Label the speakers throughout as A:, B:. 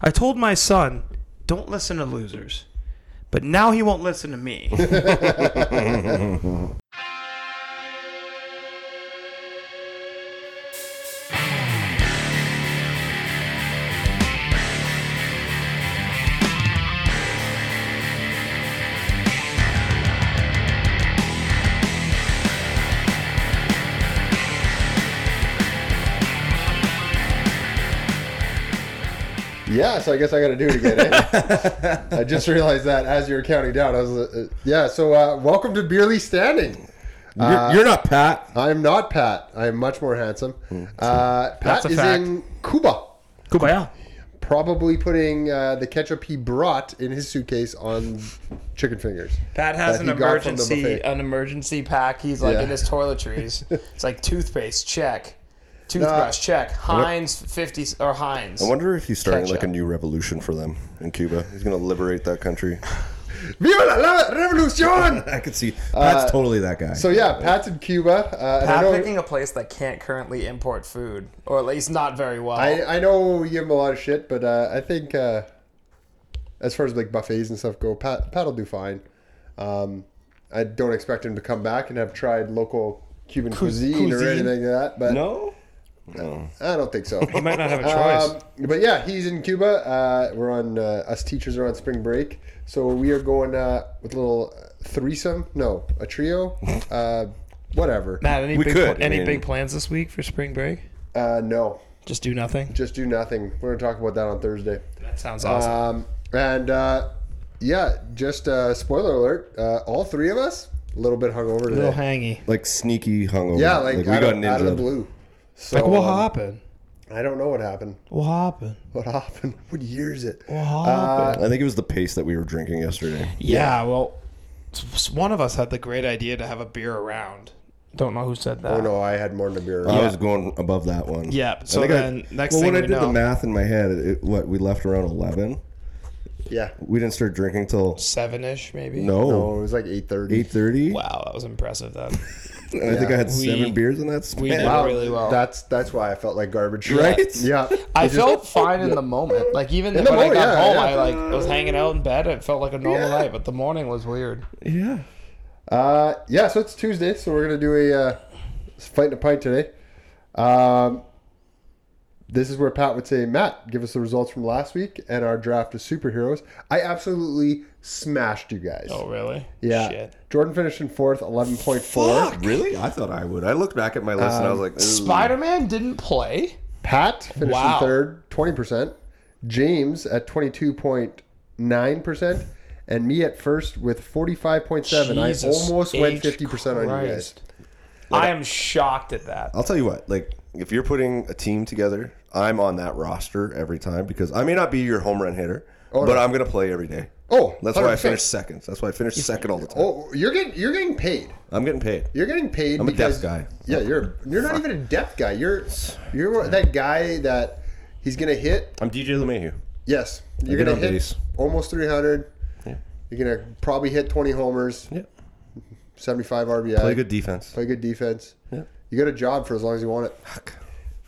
A: I told my son, don't listen to losers. But now he won't listen to me.
B: Yeah, so I guess I got to do it again. eh? I just realized that as you were counting down, I was. Uh, uh, yeah, so uh, welcome to Beerly Standing. Uh,
C: You're, you're not Pat.
B: I'm not Pat. I'm much more handsome. Uh, Pat
A: a
B: is
A: fact.
B: in Cuba,
A: Kubaya.
B: probably putting uh, the ketchup he brought in his suitcase on chicken fingers.
A: Pat has
B: that
A: an
B: he got from the
A: emergency
B: buffet.
A: an emergency pack. He's like
B: Yeah.
A: in his toiletries. it's like toothpaste, check. Toothbrush, check. Heinz fifty or Heinz.
C: I wonder if he's starting like a
A: Ketchup.
C: new revolution for them in Cuba. He's going to liberate that country.
B: Uh, Viva la- la revolution!
C: I could see. That's totally that guy.
B: so yeah, Pat's in Cuba. Uh, and I
A: Pat
B: know-
A: picking a place that can't currently import food, or at least not very well.
B: I, I know we give him a lot of shit, but uh, I think uh, as far as like buffets and stuff go, Pat Pat'll do fine. Um, I don't expect him to come back and have tried local Cuban cuisine, or
C: cuisine?
B: anything like that, but
C: no? No.
B: I don't think so.
A: might not have a
B: Um, but yeah, he's in Cuba. Uh, we're on uh, us teachers are on spring break, so we are going uh, with a little threesome. No, a trio. Uh, whatever.
A: Matt, any
C: We
A: big
C: could,
A: pl- any
C: I mean-
A: big plans this week for spring break?
B: Uh, no,
A: Just do nothing.
B: just do nothing. We're gonna talk about that on Thursday.
A: That sounds awesome.
B: Um, and uh, yeah, just uh, spoiler alert: uh, all three of us a little bit hungover today.
A: little hangy.
C: Like sneaky hungover.
B: yeah, like,
C: we
B: out,
C: got
B: of, out of the
C: ninja.
B: blue. So
A: Like what
B: um,
A: happened?
B: I don't know what happened.
A: What happened?
B: What happened? What year is it? Uh,
A: What happened?
C: I think it was the pace that we were drinking yesterday.
A: yeah, well, s- s- one of us had the great idea to have a beer around. Don't know who said that.
B: Oh no, I had more than a beer.
C: I was going above that one.
A: Yep,
C: I
A: so
C: think I-
A: then next
C: well,
A: thing
C: when I
A: we
C: did
A: know-
C: the math in my head, it, what we left around eleven.
B: yeah,
C: We didn't start drinking till
A: Seven ish, maybe.
C: no
B: no, it was like eight thirty.
C: Oh. eight thirty.
A: Wow, that was impressive. Then
C: And I think I had
A: We-
C: seven beers in that
A: we
C: span.
A: did really well.
B: That's that's why I felt like garbage.
C: Right?
B: Yeah.
A: I felt fine in the moment. Like even when
B: the
A: I
B: moment, yeah,
A: got home,
B: yeah.
A: I like was hanging out in bed. It felt like a normal night, but the morning was weird.
C: Yeah.
B: Uh, yeah. So it's Tuesday, so we're gonna do a uh, fight and a pint today. Um, this is where Pat would say, Matt, give us the results from last week and our draft of superheroes. I absolutely smashed you guys.
A: Oh really?
B: yeah.
A: Shit.
B: Jordan finished in fourth, 11.4.
C: Really? I thought I would. I looked back at my list and I was like, "Ooh."
A: Spider Man didn't play.
B: Pat finished
A: Wow.
B: in third, 20%. James at 22.9%. And me at first with 45.7. I
A: Jesus
B: almost went
A: H.
B: 50% on you guys.
A: Christ. I am shocked at that.
C: I'll tell you what, like if you're putting a team together, I'm on that roster every time because I may not be your home run hitter, but I'm gonna play every day.
B: Oh,
C: That's why I
B: 100%.
C: finish second. That's why I finish second all the time.
B: Oh, you're getting you're getting paid.
C: I'm getting paid.
B: You're getting paid.
C: I'm a
B: because-
C: depth guy.
B: Yeah, you're you're not even a depth guy. You're you're that guy that he's gonna hit.
C: I'm DJ LeMahieu.
B: Yes, you're
C: good
B: gonna
C: on
B: hit
C: base.
B: almost 300. You're gonna probably hit 20 homers,
C: Yeah.
B: 75 RBI.
C: Play good defense.
B: play good defense.
C: Yeah.
B: You got a job for as long as you want it.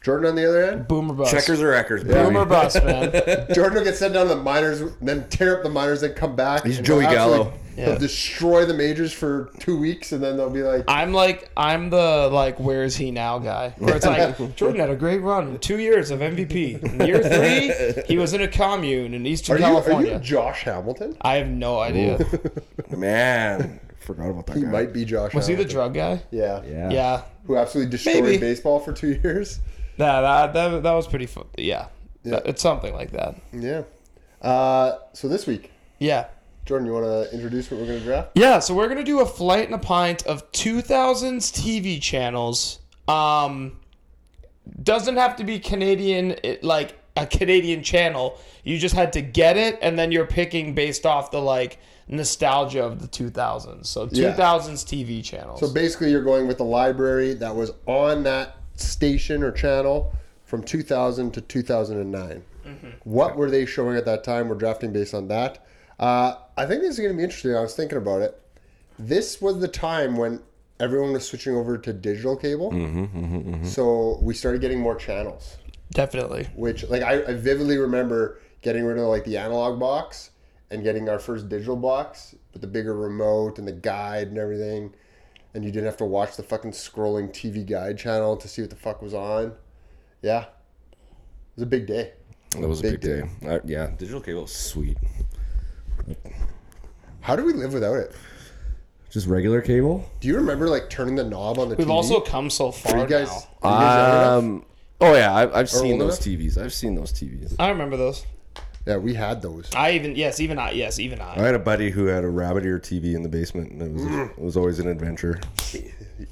B: Jordan, on the other hand,
A: Boomer bust.
C: Checkers or wreckers, baby.
A: Boomer bust, man.
B: Jordan will get sent down to the minors, then tear up the minors, then come back.
C: He's
B: and they'll
C: Joey
B: absolutely-
C: Gallo.
B: They'll destroy the majors for two weeks, and then they'll be like,
A: I'm like I'm the like where is he now guy. Where it's like Jordan had a great run, two years of MVP. In year three, he was in a commune in Eastern
B: "Are you, are
A: California.
B: you Josh Hamilton?
A: I have no idea.
C: Man, forgot about that
B: He
C: guy.
B: might be Josh.
A: Was he the
B: Hamilton.
A: drug guy?
B: Yeah.
C: Yeah.
A: Yeah.
B: Who absolutely destroyed
A: Maybe.
B: baseball for two years.
A: Nah, that, that, that was pretty fun. Yeah. That- It's something like that.
B: Yeah. Uh, so this week,
A: Yeah.
B: Jordan, you want to introduce what we're going to draft?
A: Yeah, so we're going to do a flight and a pint of 2000s TV channels. Um doesn't have to be Canadian it, like a Canadian channel. You just had to get it and then you're picking based off the like nostalgia of the 2000s. So 2000s
B: Yeah.
A: TV channels.
B: So basically, you're going with the library that was on that station or channel from 2000 to 2009.
A: Mm-hmm.
B: What were they showing at that time? We're drafting based on that. Uh, I think this is going to be interesting. I was thinking about it. This was the time when everyone was switching over to digital cable. So we started getting more channels.
A: Definitely.
B: which like I, I vividly remember getting rid of like the analog box and getting our first digital box with the bigger remote and the guide and everything. And you didn't have to watch the fucking scrolling TV guide channel to see what the fuck was on. Yeah. It was a big day.
D: That was a
B: Big
D: big, day. Uh, yeah, digital cable is sweet.
B: How do we live without it?
D: Just regular cable.
B: Do you remember like turning the knob on the
A: We've
B: TV?
A: also come so
B: Are
A: far
B: you guys,
A: now.
B: are you guys young enough?
D: Um. Oh yeah, I've, I've seen
B: old
D: those
B: enough?
D: TVs. I've seen those TVs.
A: I remember those.
B: yeah, we had those.
A: I even yes, even I yes, even I.
D: I had a buddy who had a rabbit ear TV in the basement, and it was it was always an adventure.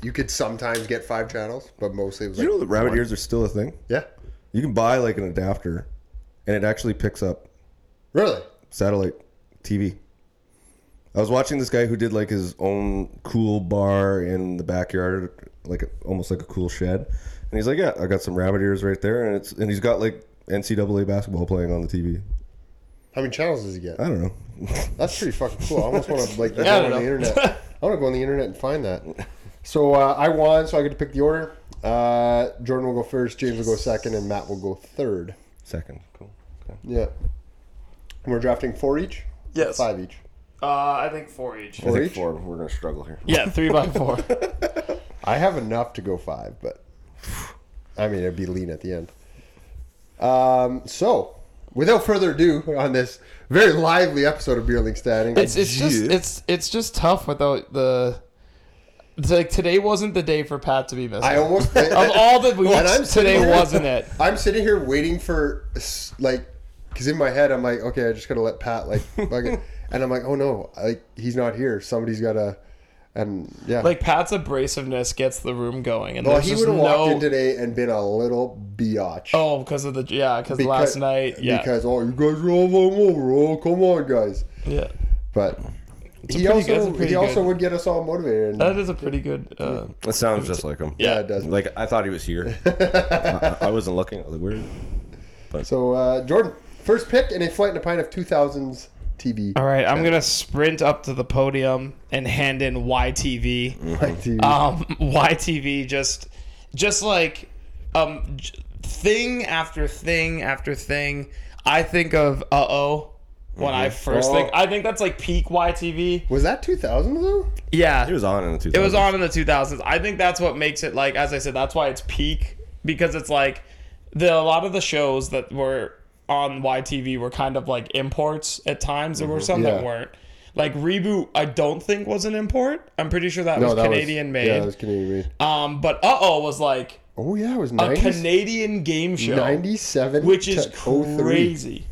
B: You could sometimes get five channels, but mostly it was
D: You
B: like,
D: know that rabbit ears are still a thing.
B: yeah,
D: You can buy like an adapter, and it actually picks up
B: really.
D: satellite TV. I was watching this guy who did like his own cool bar in the backyard, like a- almost like a cool shed, and he's like, "Yeah, I got some rabbit ears right there," and it's and he's got like NCAA basketball playing on the TV.
B: How many channels does he get?
D: I don't know.
B: That's pretty fucking cool. I almost want to like go
A: Yeah, I
B: on
A: don't
B: the
A: know.
B: internet. I want to go on the internet and find that. So uh, I won, so I get to pick the order. Uh, Jordan will go first, James will go second, and Matt will go third.
D: Second, cool. Okay.
B: Yeah, we're drafting four each.
A: Yes.
B: five each.
A: Uh, I think four each.
B: Four each.
D: four. We're gonna struggle here.
A: Yeah, three by four.
B: I have enough to go five, but I mean it'd be lean at the end. Um, so without further ado, on this very lively episode of Beer League Standing,
A: It's it's just it's it's just tough without the. It's like today wasn't the day for Pat to be missing.
B: I almost
A: of all the weeks,
B: and I'm sitting
A: today
B: here-
A: wasn't it.
B: I'm sitting here waiting for s- like, because in my head I'm like, okay, I just gotta let Pat like, fuck it. and I'm like, oh no, like he's not here. Somebody's gotta, and yeah.
A: Like Pat's abrasiveness gets the room going, and
B: well,
A: there's
B: he
A: just
B: would have walked in
A: no.
B: today and been a little biatch.
A: Oh, because of the yeah, because
B: Because-
A: last night yeah
B: Because oh, you guys are all over. Oh, come on, guys.
A: yeah
B: But
A: a
B: he
A: pretty good- it's a
B: also
A: pretty
B: he also
A: good-
B: would get us all motivated. And,
A: that is a pretty good. Uh,
D: That sounds just like him.
B: yeah, it does.
D: Like I thought he was here. I, I wasn't looking. I was like, where?
B: So uh, Jordan, first pick in a flight and a pint of two thousands TV.
A: all right, I'm gonna sprint up to the podium and hand in YTV.
B: TV.
A: um, YTV just just like um, j- thing after thing after thing. I think of uh oh when I first
B: Oh.
A: think. I think that's like peak YTV.
B: was that two thousand though?
A: Yeah,
D: He was on in the two.
A: it was on in the 2000s. I think that's what makes it like as I said. That's why it's peak because it's like the a lot of the shows that were on YTV were kind of like imports at times. There were some
B: Mm-hmm. Yeah.
A: that weren't. Like reboot, I don't think was an import. I'm pretty sure that was
B: that
A: Canadian made.
B: Yeah, that was Canadian made.
A: Um, but uh oh was like
B: Oh yeah, it was
A: a
B: 90s,
A: Canadian game show,
B: 97
A: which is
B: to 03.
A: crazy,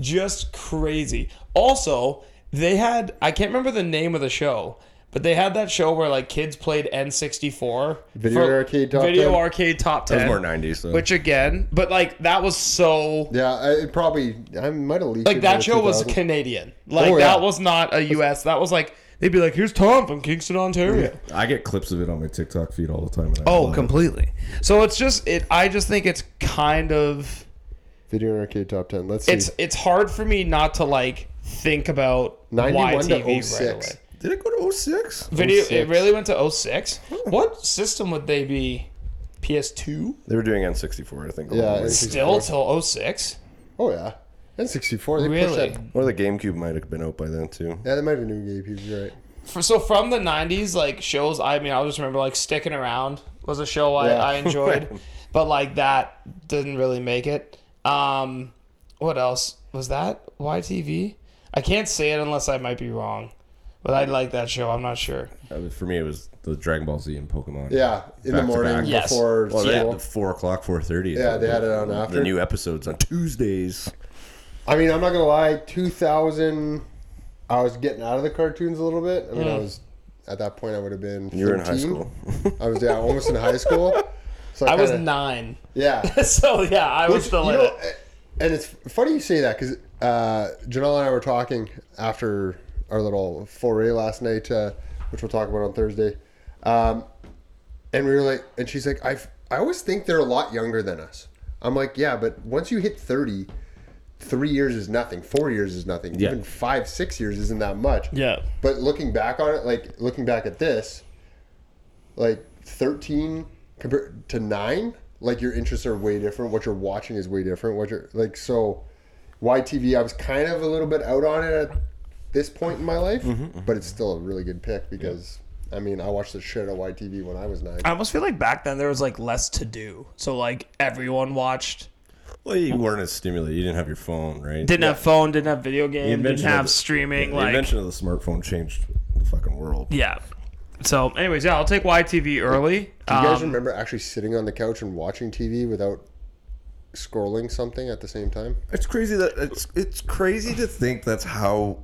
A: just crazy. Also, they had I can't remember the name of the show, but they had that show where like kids played N sixty four
B: Video arcade top
A: video
B: 10.
A: arcade top ten,
D: It was more nineties though.
A: which again, but like that was so
B: Yeah, I, it probably I might have leaked.
A: like
B: it in
A: that
B: the
A: show was
B: 2000s.
A: Canadian, like
B: Oh, yeah.
A: that was not a U.S. That was like they'd be like, here's Tom from Kingston, Ontario.
D: I get clips of it on my TikTok feed all the time. and I
A: Oh,
D: love it.
A: completely. So it's just it. I just think it's kind of.
B: video arcade top ten. Let's see.
A: it's it's hard for me not to like think about
B: 91 to
A: YTV right
B: 06.
A: away.
D: Did it go to 06?
A: Video,
B: 06.
A: it really went to 06. What system would they be? PS2
D: They were doing N64, I think. all
B: Yeah,
D: the way.
B: it's-
A: still till 06.
B: oh yeah, N sixty four. They pushed
A: Really?
B: that.
D: Or the GameCube might have been out by then too.
B: Yeah, they might have new gay people. You're right.
A: For, so from the 90s, like shows, I mean, I just remember like sticking around was a show I,
B: Yeah.
A: I enjoyed, but like that didn't really make it. Um, what else was that? YTV? I can't say it unless I might be wrong, but I like that show. I'm not sure.
D: Uh, For me, it was the Dragon Ball Z and Pokemon.
B: Yeah, in the
D: Back to
B: morning
D: back.
A: Yes.
B: before
D: Well, they
B: school.
D: had the four o'clock, four thirty.
B: Yeah, they had it on after.
D: the new episodes on Tuesdays.
B: I mean, I'm not gonna lie. 2000, I was getting out of the cartoons a little bit. I mean,
A: Hmm.
B: I was at that point. I would have been.
D: You were in high
B: 13.
D: school.
B: I was yeah, almost in high school. So I,
A: I was
B: kinda-
A: nine.
B: Yeah.
A: so yeah, I was still
B: You
A: in
B: know,
A: it.
B: And it's funny you say that because uh, Janelle and I were talking after our little foray last night, uh, which we'll talk about on Thursday. Um, and we were like, and she's like, I I always think they're a lot younger than us. I'm like, yeah, but once you hit 30, three years is nothing, four years is nothing,
D: Yeah.
B: even five, six years isn't that much.
A: Yeah.
B: But looking back on it, like looking back at this, like 13 compared to 9 like your interests are way different what you're watching is way different what you're like so YTV, I was kind of a little bit out on it at this point in my life,
A: Mm-hmm,
B: but it's still a really good pick because I mean I watched the shit on YTV when I was nine.
A: I almost feel like back then there was like less to do, so like everyone watched.
E: Well, you weren't as stimulated. You didn't have your phone, right?
A: Didn't have phone, didn't have video game, didn't
E: invention of
A: have
E: the-
A: streaming.
E: the
A: like
E: invention of the smartphone changed the fucking world.
A: yeah. So, anyways, yeah, I'll take YTV early.
B: Do you guys
A: Um,
B: remember actually sitting on the couch and watching TV without scrolling something at the same time?
D: It's crazy that it's it's crazy to think that's how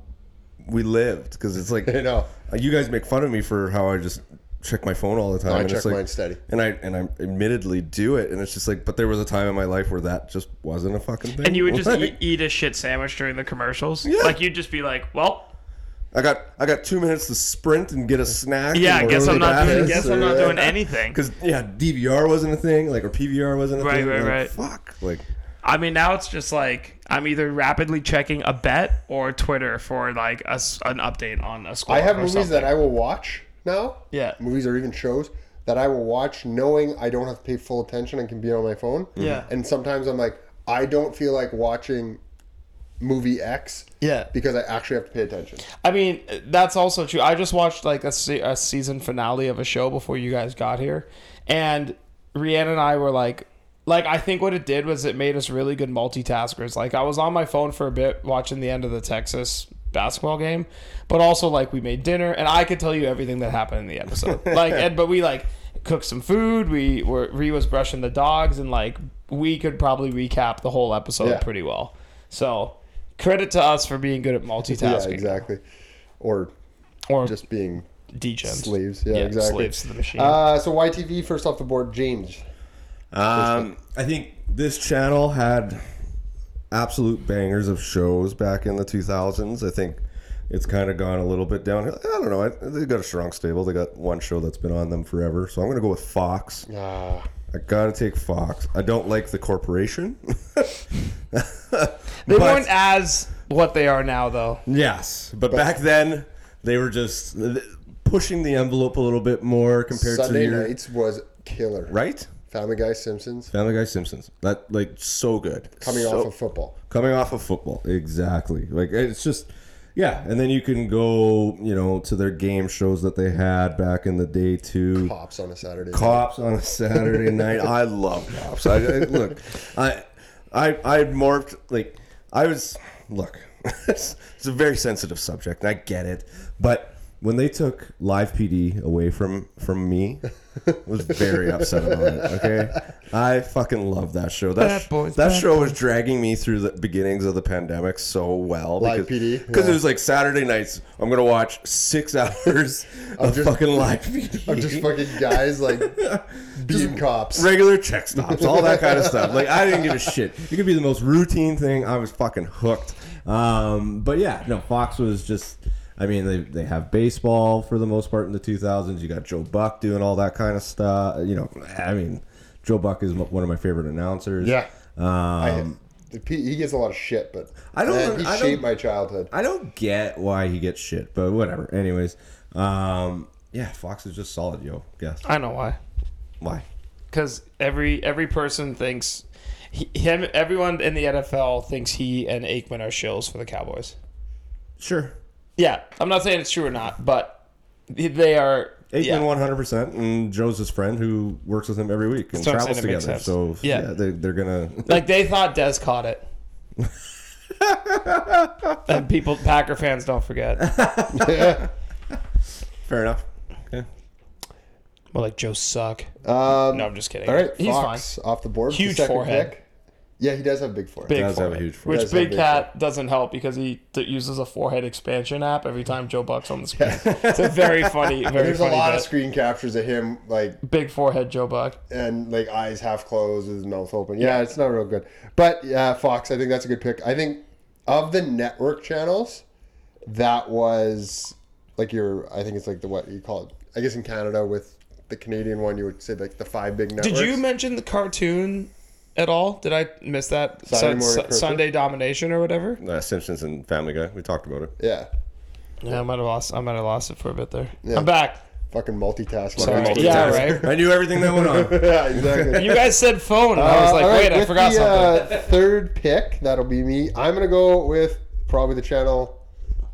D: we lived because it's like
B: You know,
D: you guys make fun of me for how I just check my phone all the time.
B: I
D: and
B: check
D: it's like,
B: mine steady.
D: and I and I admittedly do it, and it's just like, but there was a time in my life where that just wasn't a fucking thing.
A: and you would just
D: Like,
A: eat, eat a shit sandwich during the commercials. Like you'd just be like, well,
D: I got I got two minutes to sprint and get a snack.
A: yeah, I
D: and
A: guess
D: go to
A: I'm
D: the
A: not doing,
D: bathroom.
A: guess I'm not
B: yeah.
A: doing anything.
D: Because yeah, DVR wasn't a thing, like or PVR wasn't a
A: Right,
D: thing.
A: right,
D: like,
A: right.
D: Fuck, like
A: I mean, now it's just like I'm either rapidly checking a bet or Twitter for like a s an update on a score.
B: I have
A: or
B: movies
A: something.
B: that I will watch now.
A: Yeah.
B: Movies or even shows that I will watch knowing I don't have to pay full attention and can be on my phone.
A: Yeah.
B: And sometimes I'm like, I don't feel like watching movie X
A: yeah.
B: because I actually have to pay attention.
A: I mean, that's also true. I just watched like a, se- a season finale of a show before you guys got here, and Rihanna and I were like, like I think what it did was it made us really good multitaskers. Like I was on my phone for a bit watching the end of the Texas basketball game, but also like we made dinner and I could tell you everything that happened in the episode. like, and, but we like cooked some food. We were Rhea was brushing the dogs, and like we could probably recap the whole episode
B: Yeah.
A: pretty well. So. Credit to us for being good at multitasking.
B: Yeah, exactly. Or
A: Or
B: just being
A: degens.
B: slaves. Yeah, exactly.
A: Slaves to the machine.
B: Uh, so YTV first off the board, James.
D: Um, I think this channel had absolute bangers of shows back in the 2000s. I think it's kind of gone a little bit downhill. I don't know. I, they got a strong stable. They got one show that's been on them forever. So I'm going to go with Fox.
B: Ah,
D: I got to take Fox. I don't like the corporation.
A: they
D: but-
A: weren't as what they are now, though.
D: Yes, but, back then they were just th- pushing the envelope a little bit more compared
B: Sunday
D: to your,
B: nights was killer.
D: right?
B: Family Guy, Simpsons,
D: Family Guy, Simpsons. That like so good.
B: coming
D: So-
B: off of football.
D: coming off of football exactly like it's just yeah and then you can go you know to their game shows that they had back in the day too
B: Pops on a Saturday.
D: cops on a saturday night i love cops i, I look i i i morphed like i was look it's, it's a very sensitive subject and i get it but when they took live pd away from from me I was very upset about it okay i fucking love that show that,
A: Bad boys,
D: that
A: bad
D: show was dragging me through the beginnings of the pandemic so well
B: Live
D: because,
B: PD,
D: because
B: yeah.
D: it was like saturday nights i'm gonna watch six hours of
B: just-
D: fucking live pd
B: I'm just fucking guys like being cops.
D: regular check stops, all that kind of stuff. Like I didn't give a shit. It could be the most routine thing. I was fucking hooked. Um, but yeah, no, Fox was just. I mean, they, they have baseball for the most part in the 2000s. You got Joe Buck doing all that kind of stuff. You know, I mean, Joe Buck is one of my favorite announcers.
B: Yeah. I-
D: Um,
B: the P- he gets a lot of shit, but
D: I don't
B: Man,
D: un-
B: he
D: I don't-
B: shaped my childhood.
D: I don't get why he gets shit, but whatever. Anyways, um, yeah, Fox is just solid, yo. Guess
A: I know why.
D: why?
A: Because every every person thinks he, him. Everyone in the NFL thinks he and Aikman are shills for the Cowboys.
D: Sure,
A: Yeah, I'm not saying it's true or not, but they are.
D: Aikman
A: yeah.
D: one hundred percent, and Joe's his friend who works with him every week and
A: That's what I'm
D: travels
A: saying, it makes
D: together. So
A: sense.
D: yeah,
A: Yeah.
D: they, they're gonna.
A: Like they thought Des caught it. and people, Packer fans, don't forget.
D: Fair enough. Yeah.
A: Well, like Joe suck.
B: Um,
A: No, I'm just kidding.
B: all right,
A: he's
B: Fox off the board.
A: Huge
B: the second
A: forehead.
B: pick. Yeah, he does have big forehead.
A: Big
D: Does have a
A: forehead,
D: huge forehead.
B: Does
A: Which
B: have a
A: Big
B: big
A: Cat doesn't help because he t- uses a forehead expansion app every time Joe Buck's on the screen. it's a very funny, very
B: There's a
A: funny.
B: lot of
A: bit.
B: screen captures of him, like
A: Big forehead Joe Buck.
B: and like eyes half closed, his mouth open. Yeah, it's not real good. But yeah, Fox. I think that's a good pick. I think of the network channels, that was like your. I think it's like the what you call it. I guess in Canada with the Canadian one, you would say like the five big networks.
A: Did you mention the cartoon at all? Did I miss that
B: Saturday
A: Sun-
B: morning
A: Sun-
B: cartoon?
A: Sunday domination or whatever?
D: Uh, Simpsons and Family Guy. We talked about it.
B: Yeah.
A: Yeah, I might have lost. I might have lost it for a bit there.
B: Yeah.
A: I'm back.
B: Fucking multitasking.
A: Sorry. Yeah, right.
C: I knew everything that went on.
B: yeah, exactly.
A: You guys said phone, and I
B: Uh,
A: was like,
B: all right,
A: wait, I
B: with
A: forgot
B: the,
A: something.
B: Uh, third pick, that'll be me. I'm gonna go with probably the channel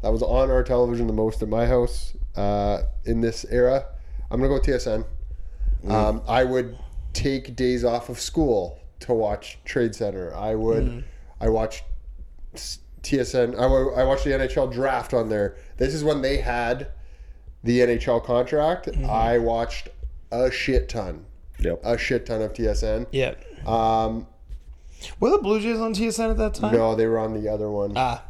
B: that was on our television the most in my house uh, in this era. I'm gonna go with TSN.
A: Mm.
B: Um, I would take days off of school to watch Trade Center. I would.
A: Mm.
B: I watched s- TSN. I wa- I watched the NHL draft on there. This is when they had the NHL contract.
A: Mm-hmm.
B: I watched a shit ton,
C: Yep.
B: a shit ton of TSN.
A: Yep.
B: Um,
A: Were the Blue Jays on TSN at that time?
B: no, they were on the other one.
A: Ah,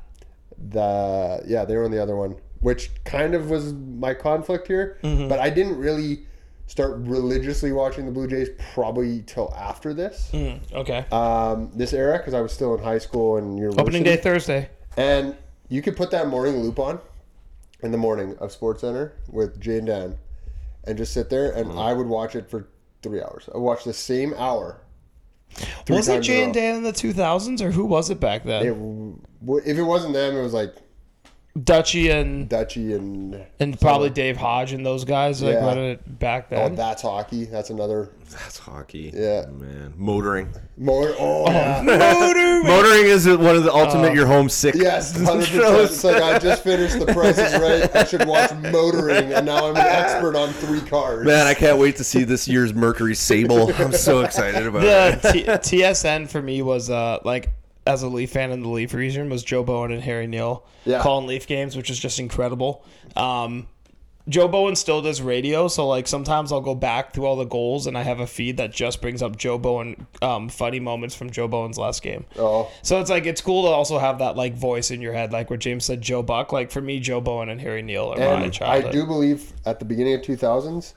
B: the yeah, they were on the other one, which kind of was my conflict here.
A: Mm-hmm.
B: But I didn't really start religiously watching the Blue Jays probably till after this,
A: mm, okay.
B: um, this era, because I was still in high school and you're
A: Opening day Thursday.
B: And you could put that morning loop on in the morning of Sports Center with Jay and Dan, and just sit there,
A: Mm.
B: and I would watch it for three hours. I watched the same hour. three
A: Was it
B: times in a
A: Jay and
B: row.
A: Dan in the 2000s, or who was it back then?
B: It w- w- if it wasn't them, it was like
A: Dutchy and
B: Dutchy and
A: and probably Dave Hodge and those guys like
B: Yeah.
A: running it back
B: oh,
A: then.
B: that's hockey. That's another
C: That's hockey. Oh,
B: Yeah.
C: Man. Motoring.
B: more. Oh, yeah.
C: Motoring is one of the ultimate
A: Uh,
C: you're home sick.
B: yes, hundred percent. It's like I just finished the Price is Right. I should watch motoring, and now I'm an expert on three cars.
C: Man, I can't wait to see this year's Mercury Sable. I'm so excited about it.
A: the T- TSN for me was uh like as a Leaf fan in the Leaf region was Joe Bowen and Harry Neal
B: Yeah.
A: calling Leaf games, which is just incredible. Um, Joe Bowen still does radio, so like sometimes I'll go back through all the goals and I have a feed that just brings up Joe Bowen um, funny moments from Joe Bowen's last game.
B: oh,
A: So it's like it's cool to also have that like voice in your head, like where James said Joe Buck. Like for me, Joe Bowen and Harry Neal are my
B: and I
A: childhood.
B: do believe at the beginning of 2000s,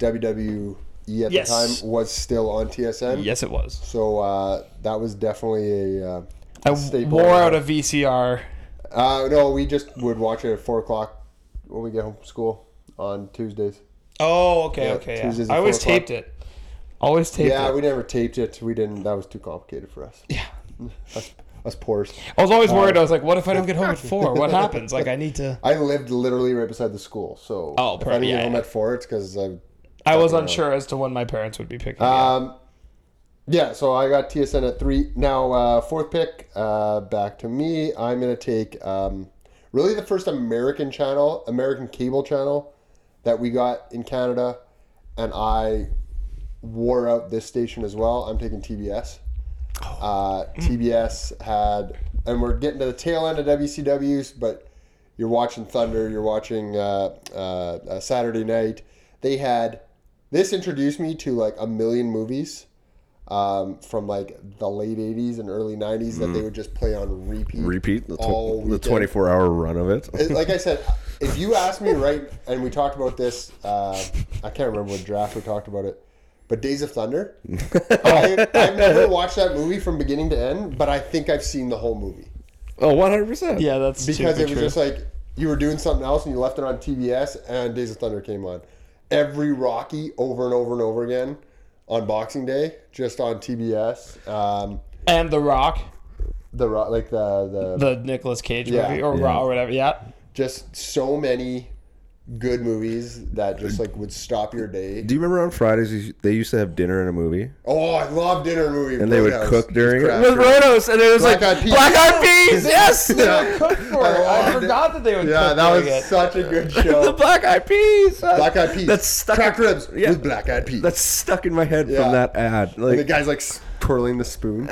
B: WWE E at
A: Yes.
B: the time was still on TSN.
A: Yes, it was.
B: So uh, that was definitely a. Uh,
A: I
B: staple
A: wore
B: of-
A: out a VCR.
B: uh, no, we just would watch it at four o'clock when we get home from school on Tuesdays.
A: Oh, okay,
B: Yeah,
A: okay. yeah.
B: Tuesdays at
A: I always
B: four o'clock.
A: taped it. Always taped
B: Yeah,
A: it.
B: we never taped it. We didn't. That was too complicated for us.
A: Yeah.
B: Us, us poors.
A: I was always worried. I was like, what if I don't get home at four? What happens? Like, I need to.
B: I lived literally right beside the school, so
A: Oh,
B: if I didn't
A: perfect.
B: get
A: Yeah,
B: home
A: yeah.
B: at four, it's because I.
A: I was unsure as to when my parents would be picking me up.
B: Um, yeah, so I got TSN at three. Now uh, fourth pick, uh, back to me. I'm gonna take um, really the first American channel, American cable channel that we got in Canada, and I wore out this station as well. I'm taking TBS.
D: Oh.
B: Uh,
D: Hmm.
B: TBS had, and we're getting to the tail end of WCW's, but you're watching Thunder, you're watching uh, uh, uh, Saturday Night. They had this introduced me to like a million movies um, from like the late '80s and early '90s that they would just play on repeat.
D: Hmm. Repeat the, tw-
B: all
D: the
B: weekend.
D: 24 hour run of it.
B: It- like I said, if you ask me right, and we talked about this, uh, I can't remember what draft we talked about it, but Days of Thunder. I, I've never watched that movie from beginning to end, but I think I've seen the whole movie
C: Oh, 100%.
A: yeah, that's
B: because
A: super
B: it was
A: true.
B: just like you were doing something else and you left it on TBS, and Days of Thunder came on. Every Rocky over and over and over again on Boxing Day, just on TBS. Um,
A: and The Rock,
B: the Ro- like the the
A: the Nicolas Cage
B: Yeah.
A: movie, or Raw, or whatever. Yeah.
B: just so many good movies that just like would stop your day.
C: Do you remember on Fridays you- they used to have dinner and a movie?
B: Oh, I love dinner movie.
C: And they would
B: Roadhouse.
C: cook during it?
B: Crap.
C: With Rotos, and it was
B: Black
C: like,
B: Eyed Peas.
C: Black Eyed Peas! Yes!
B: Yeah.
A: Cook for it. I forgot that they would
B: Yeah,
A: cook
B: that
A: for
B: was
A: it.
B: such a good
C: the
B: show.
C: Black Eyed Peas!
B: Black Eyed Peas.
C: That's stuck
B: Cracked
C: in-
B: ribs
C: yeah.
B: with black eyed peas.
C: That's stuck in my head
B: Yeah.
C: from that ad.
B: and the
C: Like,
B: guy's like s- twirling the spoon.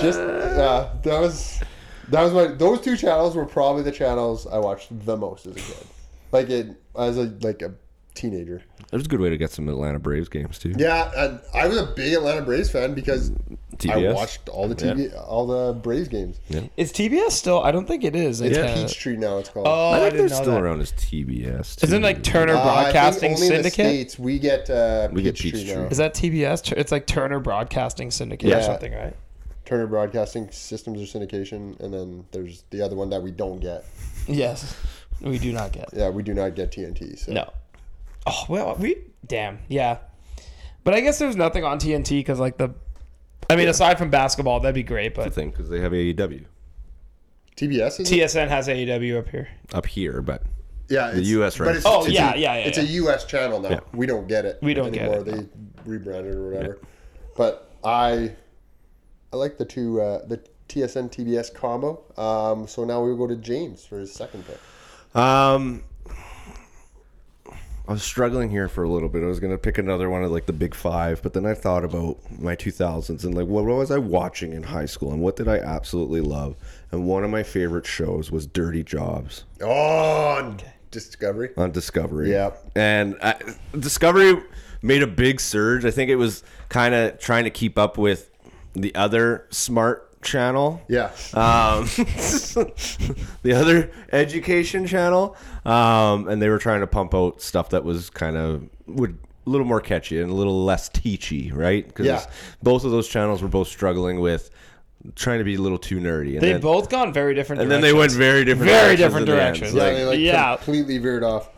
B: just yeah, that was that was my. Those two channels were probably the channels I watched the most as a kid. Like it as a like a teenager.
C: it was a good way to get some Atlanta Braves games too.
B: Yeah, I, I was a big Atlanta Braves fan because I
C: TBS.
B: watched all the TV, all the Braves games.
A: Is TBS still? I don't think it is. It's
B: Peach
A: kinda-
B: Peachtree now it's called.
A: Oh,
C: I
A: I,
C: think
A: didn't
C: they're
A: know
C: still
A: that.
C: around as TBS. Too.
A: Isn't it like Turner
B: Uh, I think
A: Broadcasting
B: only in the
A: Syndicate?
B: States, we get uh,
C: We get
B: Peachtree
C: Peachtree.
B: now.
A: Is that TBS? Tur- It's like Turner Broadcasting Syndicate or
B: Yeah.
A: something, right?
B: Turner Broadcasting Systems or syndication, and then there's the other one that we don't get.
A: Yes. We do not get.
B: Yeah, we do not get TNT. So
A: No. Oh well, we damn yeah, but I guess there's nothing on TNT because like the, I mean, aside from basketball, that'd be great.
C: the
A: But
C: thing because they have E AEW
B: TBS is
A: TSN has AEW up here.
C: up here, but
B: Yeah, it's-
D: US
B: but
D: rights.
B: it's-
A: Oh,
B: it's a-
A: yeah, yeah, yeah,
B: It's a
A: yeah.
B: U.S. channel now. We don't get it.
A: We don't get
B: anymore.
A: it,
B: They rebranded or whatever. But I, I like the two uh, the TSN TBS combo. Um, so now we go to James for his second pick.
D: Um,
C: I was struggling here for a little bit. I was gonna pick another one of like the big five, but then I thought about my two thousands and like what was I watching in high school and what did I absolutely love? And one of my favorite shows was Dirty Jobs
B: Oh, Discovery.
C: on Discovery.
B: Yep.
D: and I, Discovery made a big surge. I think it was kind of trying to keep up with the other smart channel.
B: Yeah.
D: um, the other education channel, um, and they were trying to pump out stuff that was kind of would a little more catchy and a little less teachy, right? Because
B: Yeah.
D: both of those channels were both struggling with trying to be a little too nerdy, and
A: They
D: then,
A: both gone very different.
D: and then they went very different,
A: Very
D: directions
A: different
D: in the end.
A: directions.
B: yeah,
A: like-
B: they like
A: yeah.
B: completely veered off.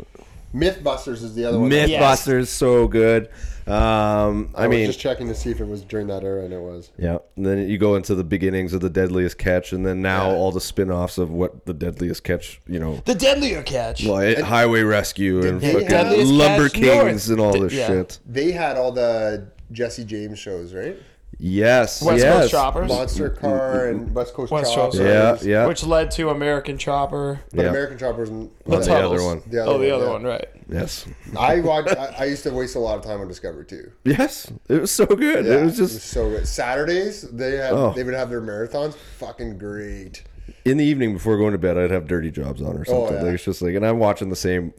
B: MythBusters is the other one.
D: Mythbusters,
A: Yes.
D: so good. Um, I,
B: I, was
D: mean,
B: just checking to see if it was during that era, and it was.
C: Yeah. And then you go into the beginnings of the deadliest catch and then now all the spin offs of what the deadliest catch, you know
A: the deadlier catch.
C: like highway rescue and
B: they
C: fucking
B: have-
A: Deadliest
C: lumber
A: Catch North.
C: kings and all this
A: Yeah.
C: shit.
B: They had all the Jesse James shows, right?
C: Yes.
A: West
C: yes.
A: Coast Choppers,
B: Monster Car and West Coast
A: West
B: Choppers.
A: Chopper.
C: Yeah, yeah.
A: which led to American Chopper.
B: But
C: Yeah.
B: American Choppers and
A: That's
C: the
A: how-
B: Yeah.
C: other
A: Tunnels.
C: one.
B: The other
A: Oh, the
B: one,
A: other
B: yeah.
A: one, right?
C: Yes.
B: I watched. I, I used to waste a lot of time on Discovery too.
C: Yes. It was so good. It was just
B: so good. Saturdays they had
C: Oh.
B: they would have their marathons. Fucking great.
C: in the evening before going to bed, I'd have dirty jobs on or something.
B: Oh, yeah.
C: Like it's just like, and I'm watching the same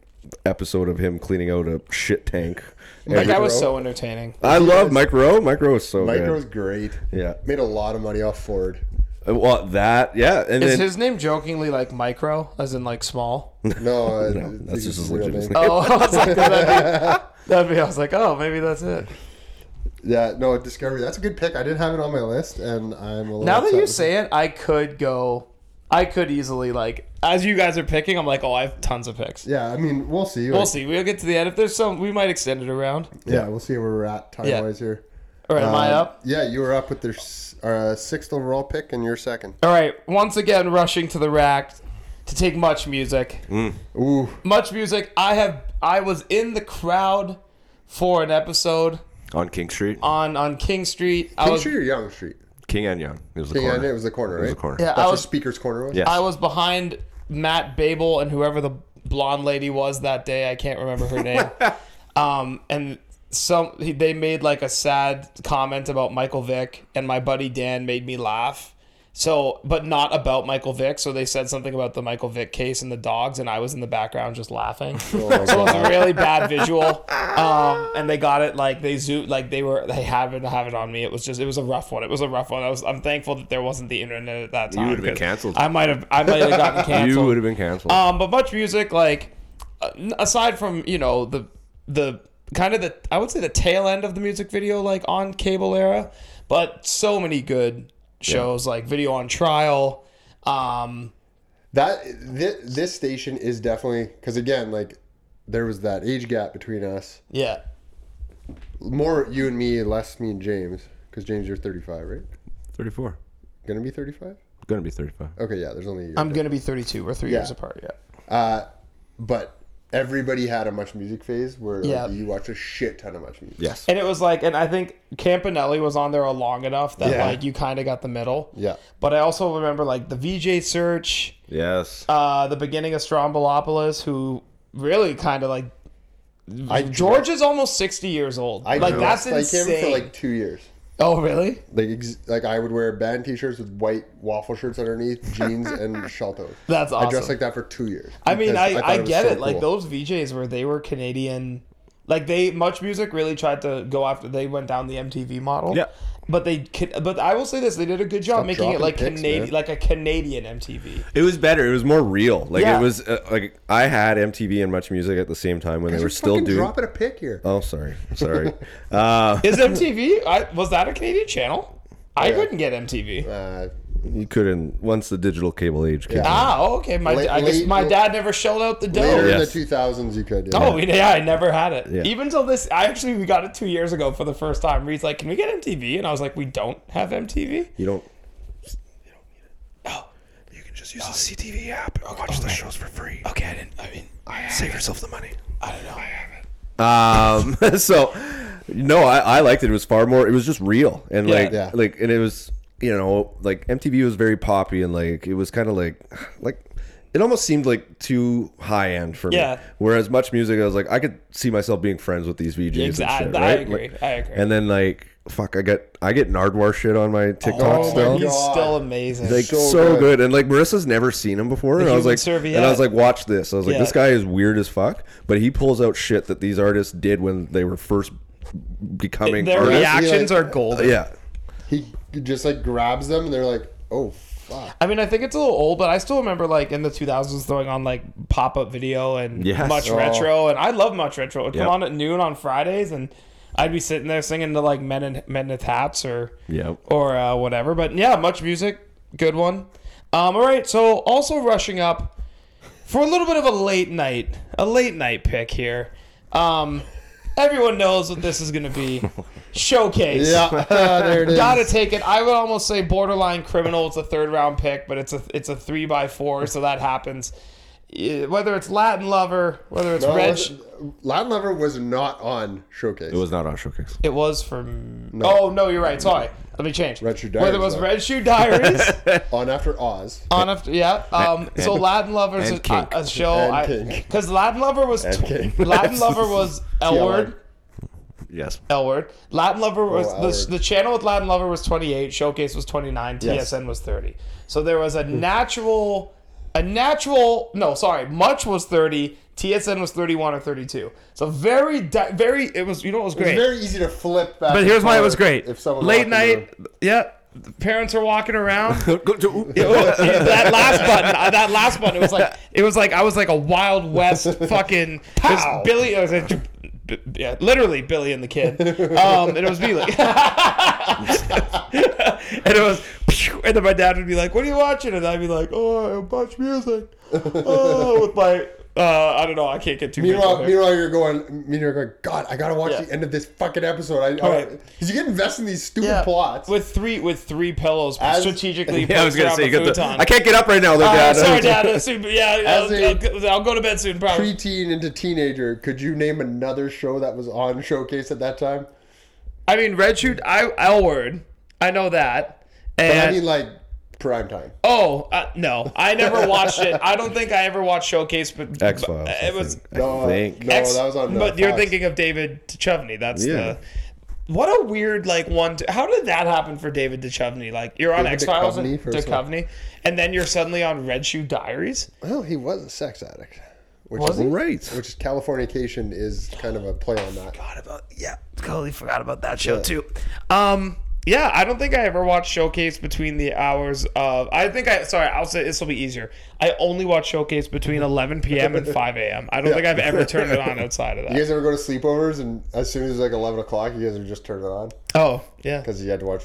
C: episode of him cleaning out a shit tank.
A: That
C: Every-
A: guy was
B: Rowe.
A: so entertaining.
C: I love Mike Rowe. Mike Rowe is so
B: Mike
C: good.
B: was great.
C: yeah.
B: Made a lot of money off Ford.
C: Uh, Well, that yeah, and
A: Is
C: then
A: his name jokingly like micro, as in like small?
B: No, uh,
C: that's just his
B: real
C: legit name.
A: Oh, I was like, that'd, be, that'd be. I was like, oh, maybe that's it.
B: Yeah, no, Discovery. That's a good pick. I didn't have it on my list, and I'm a little.
A: Now that
B: upset
A: you
B: with it.
A: say it, I could go. I could easily like, as you guys are picking, I'm like, oh, I have tons of picks.
B: yeah, I mean, we'll see.
A: We'll
B: Like,
A: see. We'll get to the end. If there's some, we might extend it around. Uh,
B: Yeah, we'll see where we're at time wise here.
A: All right, am I
B: Um,
A: up?
B: Yeah, you were up with their s- uh, sixth overall pick, and you're second.
A: All right. Once again, rushing to the rack to take much music.
B: Ooh,
A: Much music. I have. I was in the crowd for an episode
D: on King Street,
A: on on King Street. I
B: King
A: was,
B: Street or Young Street?
D: King and Young. It was a
B: King
D: corner.
B: and it was the corner, right?
D: It was a corner.
A: Yeah,
B: That's
A: I
B: what
A: was
B: speaker's corner was.
D: Yeah.
A: I was behind Matt Babel and whoever the blonde lady was that day. I can't remember her name. um, and some he- they made like a sad comment about Michael Vick, and my buddy Dan made me laugh. So, but not about Michael Vick. So they said something about the Michael Vick case and the dogs, and I was in the background just
D: Oh,
A: laughing. so it was a really bad visual. Um, and they got it like they zoomed, like they were they happened to have it on me. It was just it was a rough one. It was a rough one. I was I'm thankful that there wasn't the internet at that time.
D: would've been
A: 'cause
D: canceled.
A: I might have I might have gotten
D: You
A: canceled.
D: would have been canceled.
A: Um, but much music, like uh, aside from you know the the kind of the I would say the tail end of the music video, like on cable era, but so many good shows like Video on Trial. Um,
B: That this, this station is definitely because again, like there was that age gap between us.
A: yeah,
B: More you and me, less me and James. Because James, you're 35, right?
D: Thirty-four.
B: Gonna be 35?
D: Gonna be thirty-five.
B: Okay, yeah. There's only a year.
A: I'm gonna be 32. We're three years
B: Yeah.
A: apart. Yeah.
B: uh, but everybody had a much music phase where like,
A: Yeah.
B: you watch a shit ton of much music.
D: Yes.
A: And it was like, and I think Campanelli was on there long enough that
B: Yeah.
A: like you kind of got the middle.
B: Yeah.
A: But I also remember like the VJ search.
D: Yes.
A: uh, the beginning of Strombolopoulos, who really kind of like. George is almost sixty years old.
B: I
A: like that's
B: dressed like
A: insane.
B: him for like two years.
A: oh really?
B: Like ex- like I would wear band T-shirts with white waffle shirts underneath, jeans, and shalto.
A: That's
B: I dressed
A: awesome.
B: like that for two years.
A: I mean,
B: because
A: I,
B: thought
A: I,
B: was
A: get
B: so
A: it. Like
B: cool.
A: those VJs where they were Canadian, like they much music really tried to go after. They went down the MTV model.
D: Yeah.
A: But they, ca- but I will say this: they did a good job making it
B: dropping
A: like
B: picks,
A: Canadian,
B: man.
A: like a Canadian MTV.
D: It was better. It was more real. Like
A: Yeah.
D: it was uh, like I had MTV and Much Music at the same time when they were
B: You're
D: still
B: fucking
D: doing.
B: dropping a pick here.
D: Oh, sorry, sorry. uh,
A: Is MTV? I, was that a Canadian channel? I couldn't get MTV.
B: Uh,
D: you couldn't once the digital cable age came. out.
A: Ah, okay. My
B: Late-
A: I guess
B: late-
A: my dad never shelled out the dough.
B: later
D: Yes.
B: in the 2000s, you could. Yeah.
A: Oh we- yeah, I never had it.
D: Yeah.
A: Even till this, I actually we got it two years ago for the first time. Reed's like, "Can we get MTV?" And I was like, "We don't have MTV."
D: You don't.
A: Okay, I didn't. I mean,
D: Save yourself the money.
A: I don't know. I haven't.
D: Um, so no, I, I liked it. It was far more. It was just real and
A: Yeah.
D: like
B: Yeah.
D: like and it was you know like MTV was very poppy and like it was kind of like like it almost seemed like too high end for
A: Yeah.
D: me. Whereas much music, I was like I could see myself being friends with these VJs.
A: Exa-
D: and shit,
A: I
D: right?
A: agree.
D: Like-
A: I agree.
D: And then like fuck, I get I get Nardwar shit on my TikTok
A: Oh,
D: still.
A: man, he's
B: God.
A: still amazing.
D: Like so,
B: So
D: good.
B: good.
D: and like Marissa's never seen him before, and I was
A: human
D: like,
A: serviette.
D: and I was like, watch this. I was like,
A: Yeah.
D: this guy is weird as fuck, but he pulls out shit that these artists did when they were first becoming
A: Their
D: artists.
A: reactions
B: Yeah.
A: are golden.
D: yeah,
B: He just like grabs them and they're like, oh fuck.
A: I mean, I think it's a little old, but I still remember like in the 2000s throwing on like pop up video and
D: Yes.
A: much
D: Oh.
A: retro, and I love much retro. It would
D: Yep.
A: come on at noon on Fridays, and I'd be sitting there singing to like Men in Men in Hats or
D: Yep.
A: or uh, whatever. But yeah, much music, good one. Um, all right, so also rushing up for a little bit of a late night, a late night pick here. Um, everyone knows what this is going to be. Showcase.
B: Yeah, there it is.
A: Gotta take it. I would almost say borderline criminal. It's a third round pick, but it's a it's a three by four, so that happens. Eh, Whether it's Latin lover, whether it's
B: No, it
A: Reg,
B: wasn't- Latin Lover was not on Showcase.
D: it was not on showcase.
A: it was for. Oh no, you're right. Sorry, let me change.
B: Red Shoe
A: Whether
B: Diaries,
A: it was
B: though.
A: Red Shoe Diaries
B: on after Oz.
A: on after yeah. Um, so Latin lovers
D: and
A: is a, a
D: kink.
A: show.
B: And kink.
A: Because Latin lover was t-
B: kink.
A: Latin lover was L
B: TLR.
A: word.
D: Yes,
A: L word. Latin Lover was
B: L
A: the,
B: word.
A: the channel with Latin Lover was 28, Showcase was 29,
B: Yes.
A: TSN was 30. So there was a natural, a natural. No, sorry, Much was 30, TSN was 31 or 32. So very, di- very. It was. You know, it was
B: It's
A: great.
B: very easy to flip back.
A: but
B: and
A: here's why it was
B: forth
A: great.
B: If someone walked
A: Late
B: in
A: night. Yeah, the parents are walking around.
D: yeah.
A: Oh, yeah, that last button, uh, that last button, it was like, it was like I was like a Wild West fucking. It was
B: Pow.
A: Billy, it was a, b- yeah, literally Billy and the Kid, um, and it was me like, and it was, pew, and then my dad would be like, "What are you watching?" And I'd be like, "Oh, I watch music." Oh, with my, uh, I don't know, I can't get too.
B: Meanwhile,
A: visual here.
B: meanwhile, you're going. Meanwhile, you're going. God, I gotta watch
A: Yeah.
B: the end of this fucking episode. I,
A: All
B: I
A: right.
B: cause you get invested in these stupid
A: Yeah,
B: plots.
A: with three with three pillows
B: As-
A: strategically.
D: I was gonna
A: placed
D: say you
A: around the
D: got the.
A: futon.
D: I can't get up right now, though,
A: Uh,
D: Dad.
A: sorry, Dad. uh, soon- Yeah, I'll,
B: a-
A: I'll, I'll go to bed soon. Probably.
B: preteen into teenager, could you name another show that was on Showcase at that time?
A: I mean, Red Shoe, I L word. I know that. And
B: I mean, like prime time.
A: oh uh, no, I never watched it. I don't think I ever watched Showcase, but
D: X Files.
A: It was
B: No,
D: I think.
B: no,
A: X-
B: Oh, that was on. uh,
A: but you're
B: Fox.
A: thinking of David Duchovny. That's
D: Yeah.
A: the. What a weird like one. how did that happen for David Duchovny? Like you're on
B: David
A: X Files
B: Duchovny,
A: Duchovny,
B: first of all.
A: and then you're suddenly on Red Shoe Diaries.
B: Well, he was a sex addict, which
A: Was
B: is
A: he?
D: Right.
B: which is Californication is kind of a play on that.
A: forgot about yeah totally forgot about that show too um yeah i don't think i ever watched showcase between the hours of i think i sorry i'll say this will be easier i only watch showcase between
D: Mm-hmm.
A: 11 p.m and 5 a.m i don't think i've ever turned it on outside of
B: You
A: that
B: guys ever go to sleepovers and as soon as it's like eleven o'clock, you guys would just turn it on
A: oh yeah
B: because you had to watch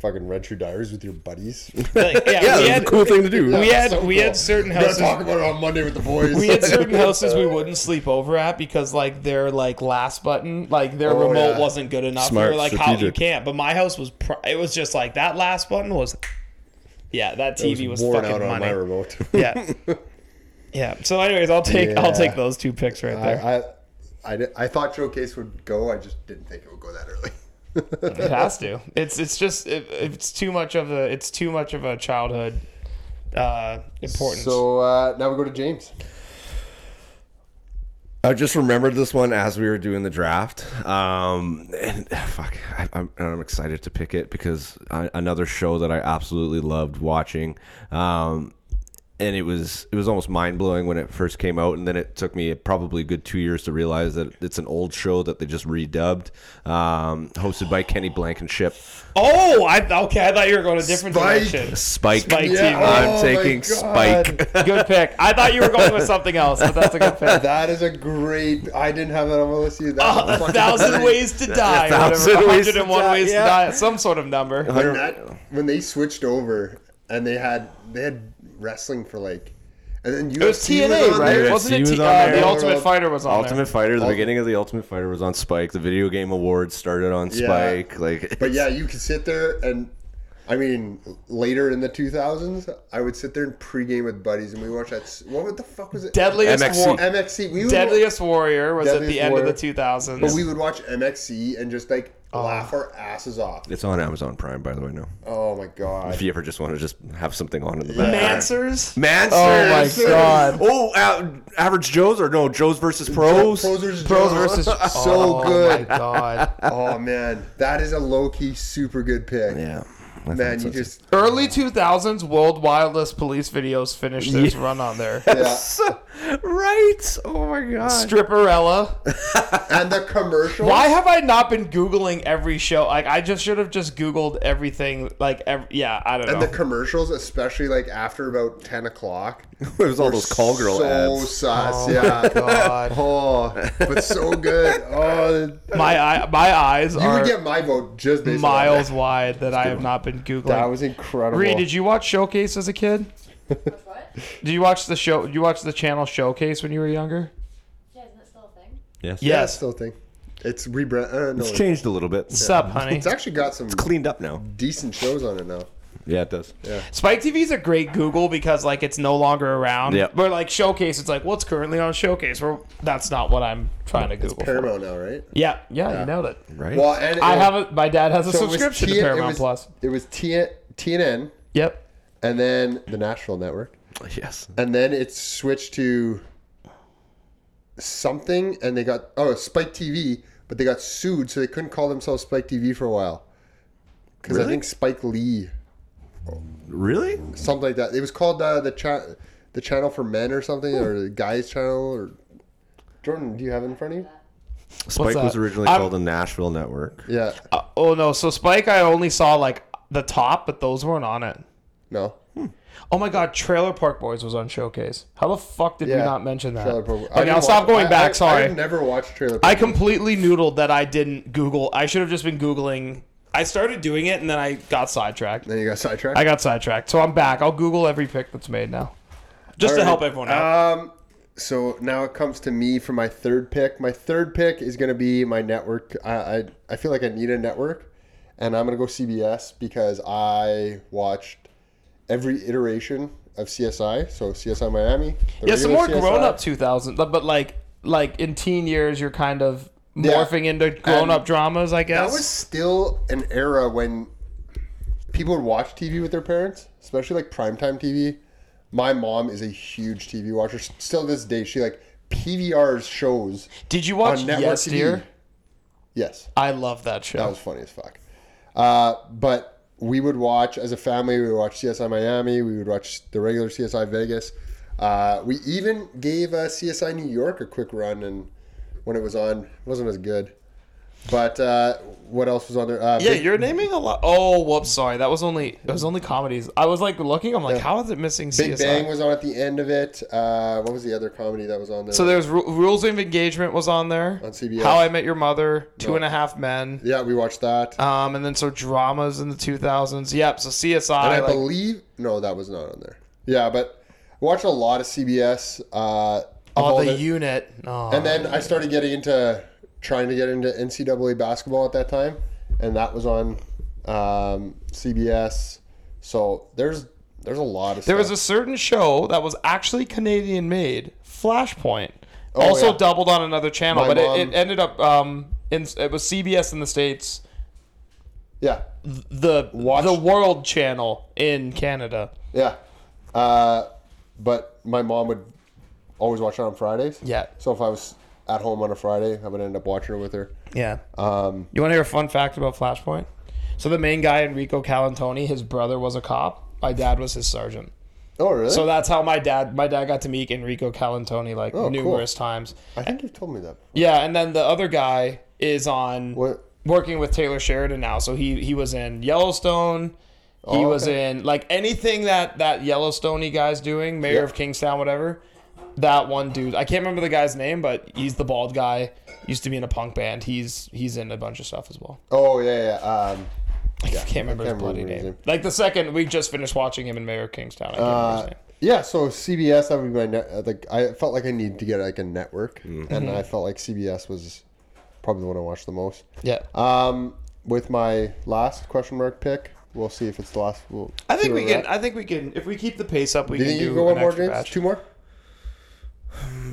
B: fucking Red True Diaries with your buddies.
A: Like, yeah,
D: Yeah,
A: we
D: it was
A: had
D: a cool thing to do.
A: we had
B: So
A: we
B: cool.
A: had certain
B: We gotta
A: houses
B: talk about it on Monday with the boys.
A: we had certain houses we wouldn't sleep over at because like their like last button like their
B: Oh,
A: remote
B: yeah.
A: wasn't good enough we
D: Smart,
A: were like how you
D: strategic.
A: can't but my house was pr- it was just like that last button was yeah that tv was,
B: worn
A: fucking
B: out on my
A: money
B: remote.
A: yeah yeah so anyways i'll take
B: Yeah.
A: i'll take those two picks right
B: I,
A: there
B: I, I, di- I thought Showcase would go. I just didn't think it would go that early.
A: it has to it's it's just it, it's too much of a it's too much of a childhood uh importance
B: so uh, now we go to James.
D: I just remembered this one as we were doing the draft. Um, and fuck, I, I'm, and I'm excited to pick it because I, another show that I absolutely loved watching. Um, and it was it was almost mind blowing when it first came out, and then it took me probably a good two years to realize that it's an old show that they just redubbed, um, hosted by Kenny Blankenship.
A: oh i okay i thought you were going a different
B: Spike.
A: direction
D: Spike,
A: Spike
D: team,
A: Yeah,
D: I'm
B: oh my
D: taking
B: God.
D: Spike.
A: good pick i thought you were going with something else but that's a good pick
B: That is a great. I didn't have that on my list either. That was
A: a
B: fucking
A: thousand
B: great.
A: ways to die.
D: A thousand
A: or whatever.
D: ways to
A: 101
D: die,
A: ways to
D: yeah.
A: die. Some sort of number.
B: When, that, when they switched over and they had they had wrestling for like, and then UFC
A: It was TNA,
B: on
A: right?
B: there.
A: Wasn't it
D: UFC
A: T-
D: was on
A: uh,
D: there.
A: the Ultimate Fighter was on
D: Ultimate
A: there.
D: Fighter. The beginning of the Ultimate Fighter was on Spike. The video game awards started on
B: Yeah.
D: Spike. Like,
B: But yeah, you could sit there and I mean, later in the 2000s, I would sit there and pregame with buddies, and we watched that. s- What the fuck was it?
A: Deadliest
D: MXC.
A: War-
B: MXC. We would,
A: Deadliest Warrior was at
B: Deadliest
A: the end
B: Warrior.
A: of the 2000s.
B: But we would watch MXC and just like
A: Oh.
B: laugh our asses off.
D: It's on Amazon Prime, by the way. Now,
B: Oh my god.
D: if you ever just want to just have something on in the background.
A: Mansers?
D: Mansers.
A: Oh my God.
D: Oh, a- average Joes or no Joes versus pros.
B: Pros versus
A: Pro
B: Joes.
A: versus
B: so
A: oh,
B: good.
A: my god.
B: Oh man, that is a low key super good pick.
D: Yeah,
B: Man, you just
A: Early 2000s World Wildest Police videos finished their run on there.
B: yeah.
D: right. Oh my god.
A: Stripperella.
B: and the commercial.
A: Why have I not been googling every show? Like I just should have just googled everything. Like ev yeah, I don't
B: And
A: know. Oh
B: the commercials, especially like after about ten o'clock,
D: It was all those call girl
B: so
D: ads.
B: sus, yeah.
A: Oh God.
B: Oh, but so good. Oh,
A: my eye, my eyes
B: you
A: are
B: would get my vote just based
A: miles
B: On
A: wide that I have not been googling.
B: that. that was incredible.
A: Reed, did you watch Showcase as a kid?
F: What?
A: Did you watch the show? Did you watch the channel Showcase when you were younger?
F: Yeah, isn't that still a thing?
D: Yes.
B: Yeah, I still think it's rebrand. Uh, no,
D: It's
B: it's,
D: changed a little bit.
A: What's up, honey?
B: actually got some
D: Cleaned up now.
B: decent shows on it now.
D: Yeah, it does.
A: Spike TV is a great Google because like it's no longer around.
D: Yep.
A: But like Showcase, it's like what's currently on Showcase. Well, that's not what I'm trying to Google. for.
B: Paramount now, right?
A: Yeah, yeah, you nailed it.
D: Right.
B: Well, and
A: I
B: it-
A: have a my dad has a
B: so it was
A: subscription to
B: TN
A: Paramount
B: it was,
A: Plus.
B: It was TN, TNN,
A: Yep.
B: and then the National Network,
D: yes.
B: and then it switched to something, and they got oh Spike TV, but they got sued, so they couldn't call themselves Spike TV for a while because I
D: Really?
B: think Spike Lee
D: Really?
B: something like that. It was called uh, the cha- the channel for men or something, or the guys channel. Or Jordan, do you have it in front of you?
D: Spike
A: that?
D: was originally
A: I'm-
D: called the Nashville Network.
B: Yeah.
A: Uh, oh no, so Spike, I only saw like the top, but those weren't on it.
B: No.
A: Oh my god, Trailer Park Boys was on Showcase. How the fuck did we
B: Yeah.
A: not mention that?
B: Trailer Park Boys. I
A: Okay, I'll
B: didn't
A: stop
B: watch-
A: going
B: I-
A: back.
B: I-
A: sorry.
B: I never watched trailer.
A: I
B: Park Boys.
A: completely noodled that I didn't Google. I should have just been Googling. I started doing it and then I got sidetracked.
B: Then you got sidetracked.
A: I got sidetracked. So I'm back. I'll Google every pick that's made now. Just to
B: All right.
A: help everyone out.
B: Um, so now it comes to me for my third pick. My third pick is going to be my network. I, I I feel like I need a network, and I'm going to go CBS because I watched every iteration of CSI. So CSI Miami. the
A: yeah, some more
B: regular CSI,
A: grown up 2000, but but like like in teen years, you're kind of morphing into grown up dramas, I guess.
B: That was still an era when people would watch TV with their parents, especially like primetime TV. My mom is a huge TV watcher. S- Still to this day, she like PVRs shows
A: Did you watch
B: on network
A: Yes
B: TV.
A: Dear?
B: Yes,
A: I love that show.
B: that was funny as fuck. Uh, but we would watch as a family. We would watch CSI Miami. We would watch the regular CSI Vegas. Uh, we even gave uh, CSI New York a quick run, and when it was on, it wasn't as good. But uh, what else was on there? Uh,
A: yeah,
B: Big-
A: you're naming a lot. Oh, whoops, sorry. That was only it was only comedies. I was like looking. I'm like, how is it missing CSI?
B: Big Bang was on at the end of it. Uh, what was the other comedy that was on there?
A: so there's Ru- Rules of Engagement was on there.
B: On CBS.
A: How I Met Your Mother, Two and a Half Men,
B: yeah, we watched that.
A: um, and then so dramas in the 2000s. Yep. So CSI.
B: and I
A: like-
B: believe no, that was not on there. Yeah, but I watched a lot of CBS. Uh, of all
A: oh, the
B: the-
A: unit. Oh.
B: and then I started getting into trying to get into NCAA basketball at that time, and that was on um, CBS. So there's there's a lot of
A: There was
B: stuff.
A: a certain show that was actually Canadian made, Flashpoint. also
B: Oh, yeah.
A: doubled on another channel,
B: My
A: but
B: mom-
A: it, it ended up um, in it was CBS in the states,
B: yeah
A: the
B: Watch-
A: the World Channel in Canada.
B: yeah, uh, but my mom would always watch it on Fridays.
A: Yeah.
B: So if I was at home on a Friday, I would end up watching it with her.
A: Yeah.
B: Um,
A: You want to hear a fun fact about Flashpoint? So the main guy, Enrico Calantoni, his brother was a cop. My dad was his sergeant.
B: oh really?
A: So that's how my dad my dad got to meet Enrico Calantoni like
B: cool.
A: numerous times.
B: I think you've told me that. Before.
A: Yeah, and then the other guy is on
B: What?
A: working with Taylor Sheridan now. So he he was in Yellowstone. He
B: Oh,
A: was
B: okay.
A: in like anything that that Yellowstoney guy's doing, Mayor of Kingstown, whatever. That one dude, I can't remember the guy's name, but he's the bald guy. Used to be in a punk band. He's he's in a bunch of stuff as well.
B: Oh yeah, yeah. Um,
A: I can't remember
B: can't
A: his bloody
B: remember his
A: name.
B: name.
A: Like the second we just finished watching him in Mayor of Kingstown. I can't remember his
B: uh,
A: name.
B: yeah. So CBS, that would be my net. Like I felt like I needed to get like a network,
A: Mm-hmm.
B: and I felt like CBS was probably the one I watched the most.
A: Yeah.
B: Um, with my last question mark pick, We'll see if it's the last. We'll
A: I
B: see
A: think
B: where
A: we
B: we're
A: can.
B: at.
A: I think we can. If we keep the pace up, we
B: do you
A: can
B: think you
A: do
B: can go one
A: an
B: more,
A: extra
B: James?
A: batch.
B: Two more?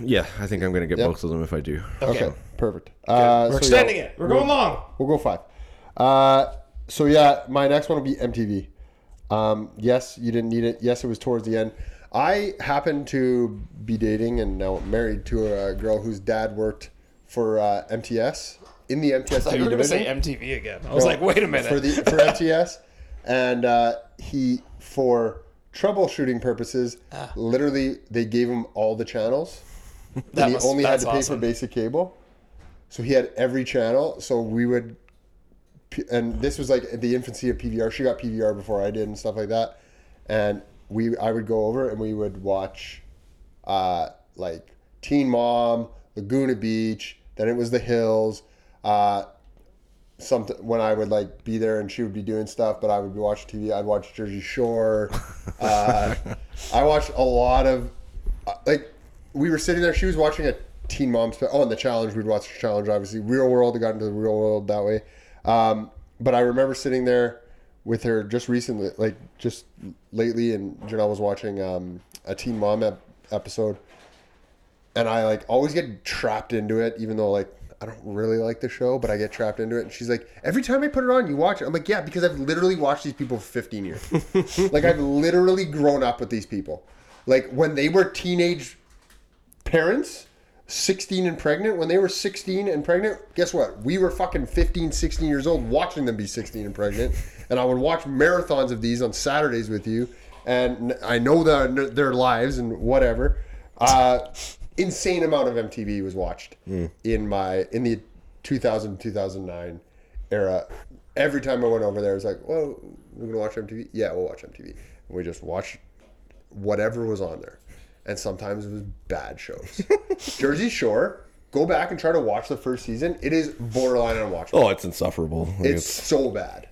D: Yeah, I think I'm gonna get
B: Yep.
D: both of them if I do.
A: Okay.
B: Perfect. Uh,
A: We're
B: so
A: extending
B: yeah,
A: it. We're going long.
B: We'll go five. Uh, so yeah, my next one will be MTV. Um, yes, you didn't need it. Yes, it was towards the end. I happened to be dating and now married to a girl whose dad worked for uh, MTS in the MTS
A: I thought you
B: TV
A: were going to say
B: division.
A: MTV again. I was like, wait a minute.
B: for the for MTS, and uh, he for troubleshooting purposes,
A: Ah.
B: literally they gave him all the channels.
A: That
B: and he
A: must-
B: only had
A: that's
B: to pay
A: awesome.
B: for basic cable, so he had every channel. So we would, p- and this was like the infancy of PVR. She got PVR before I did and stuff like that, and we I would go over and we would watch, uh, like Teen Mom, Laguna Beach. Then it was The Hills. Uh, something when I would like be there and she would be doing stuff, but I would be watching TV. I'd watch Jersey Shore. Uh, I watched a lot of uh, like we were sitting there. She was watching a Teen Mom. Spe- oh, and the Challenge. We'd watch the Challenge. Obviously, Real World. I got into the Real World that way. Um, but I remember sitting there with her just recently, like just lately, and Janelle was watching um, a Teen Mom ep- episode and I like always get trapped into it, even though like I don't really like the show, but I get trapped into it. And she's like, every time I put it on, you watch it. I'm like, yeah, because I've literally watched these people for 15 years. like I've literally grown up with these people. Like when they were teenage parents, 16 and pregnant, when they were 16 and pregnant, guess what? We were fucking 15, 16 years old watching them be 16 and pregnant. And I would watch marathons of these on Saturdays with you. And I know their, their lives and whatever. Uh, insane amount of MTV was watched in my in the 2000 2009 era. Every time I went over there, it was like, "Well, we're gonna watch MTV." Yeah, we'll watch MTV. And we just watched whatever was on there. And sometimes it was bad shows. Jersey Shore, go back and try to watch the first season. It is borderline unwatchable.
C: Oh, it's insufferable. Like,
B: it's so bad.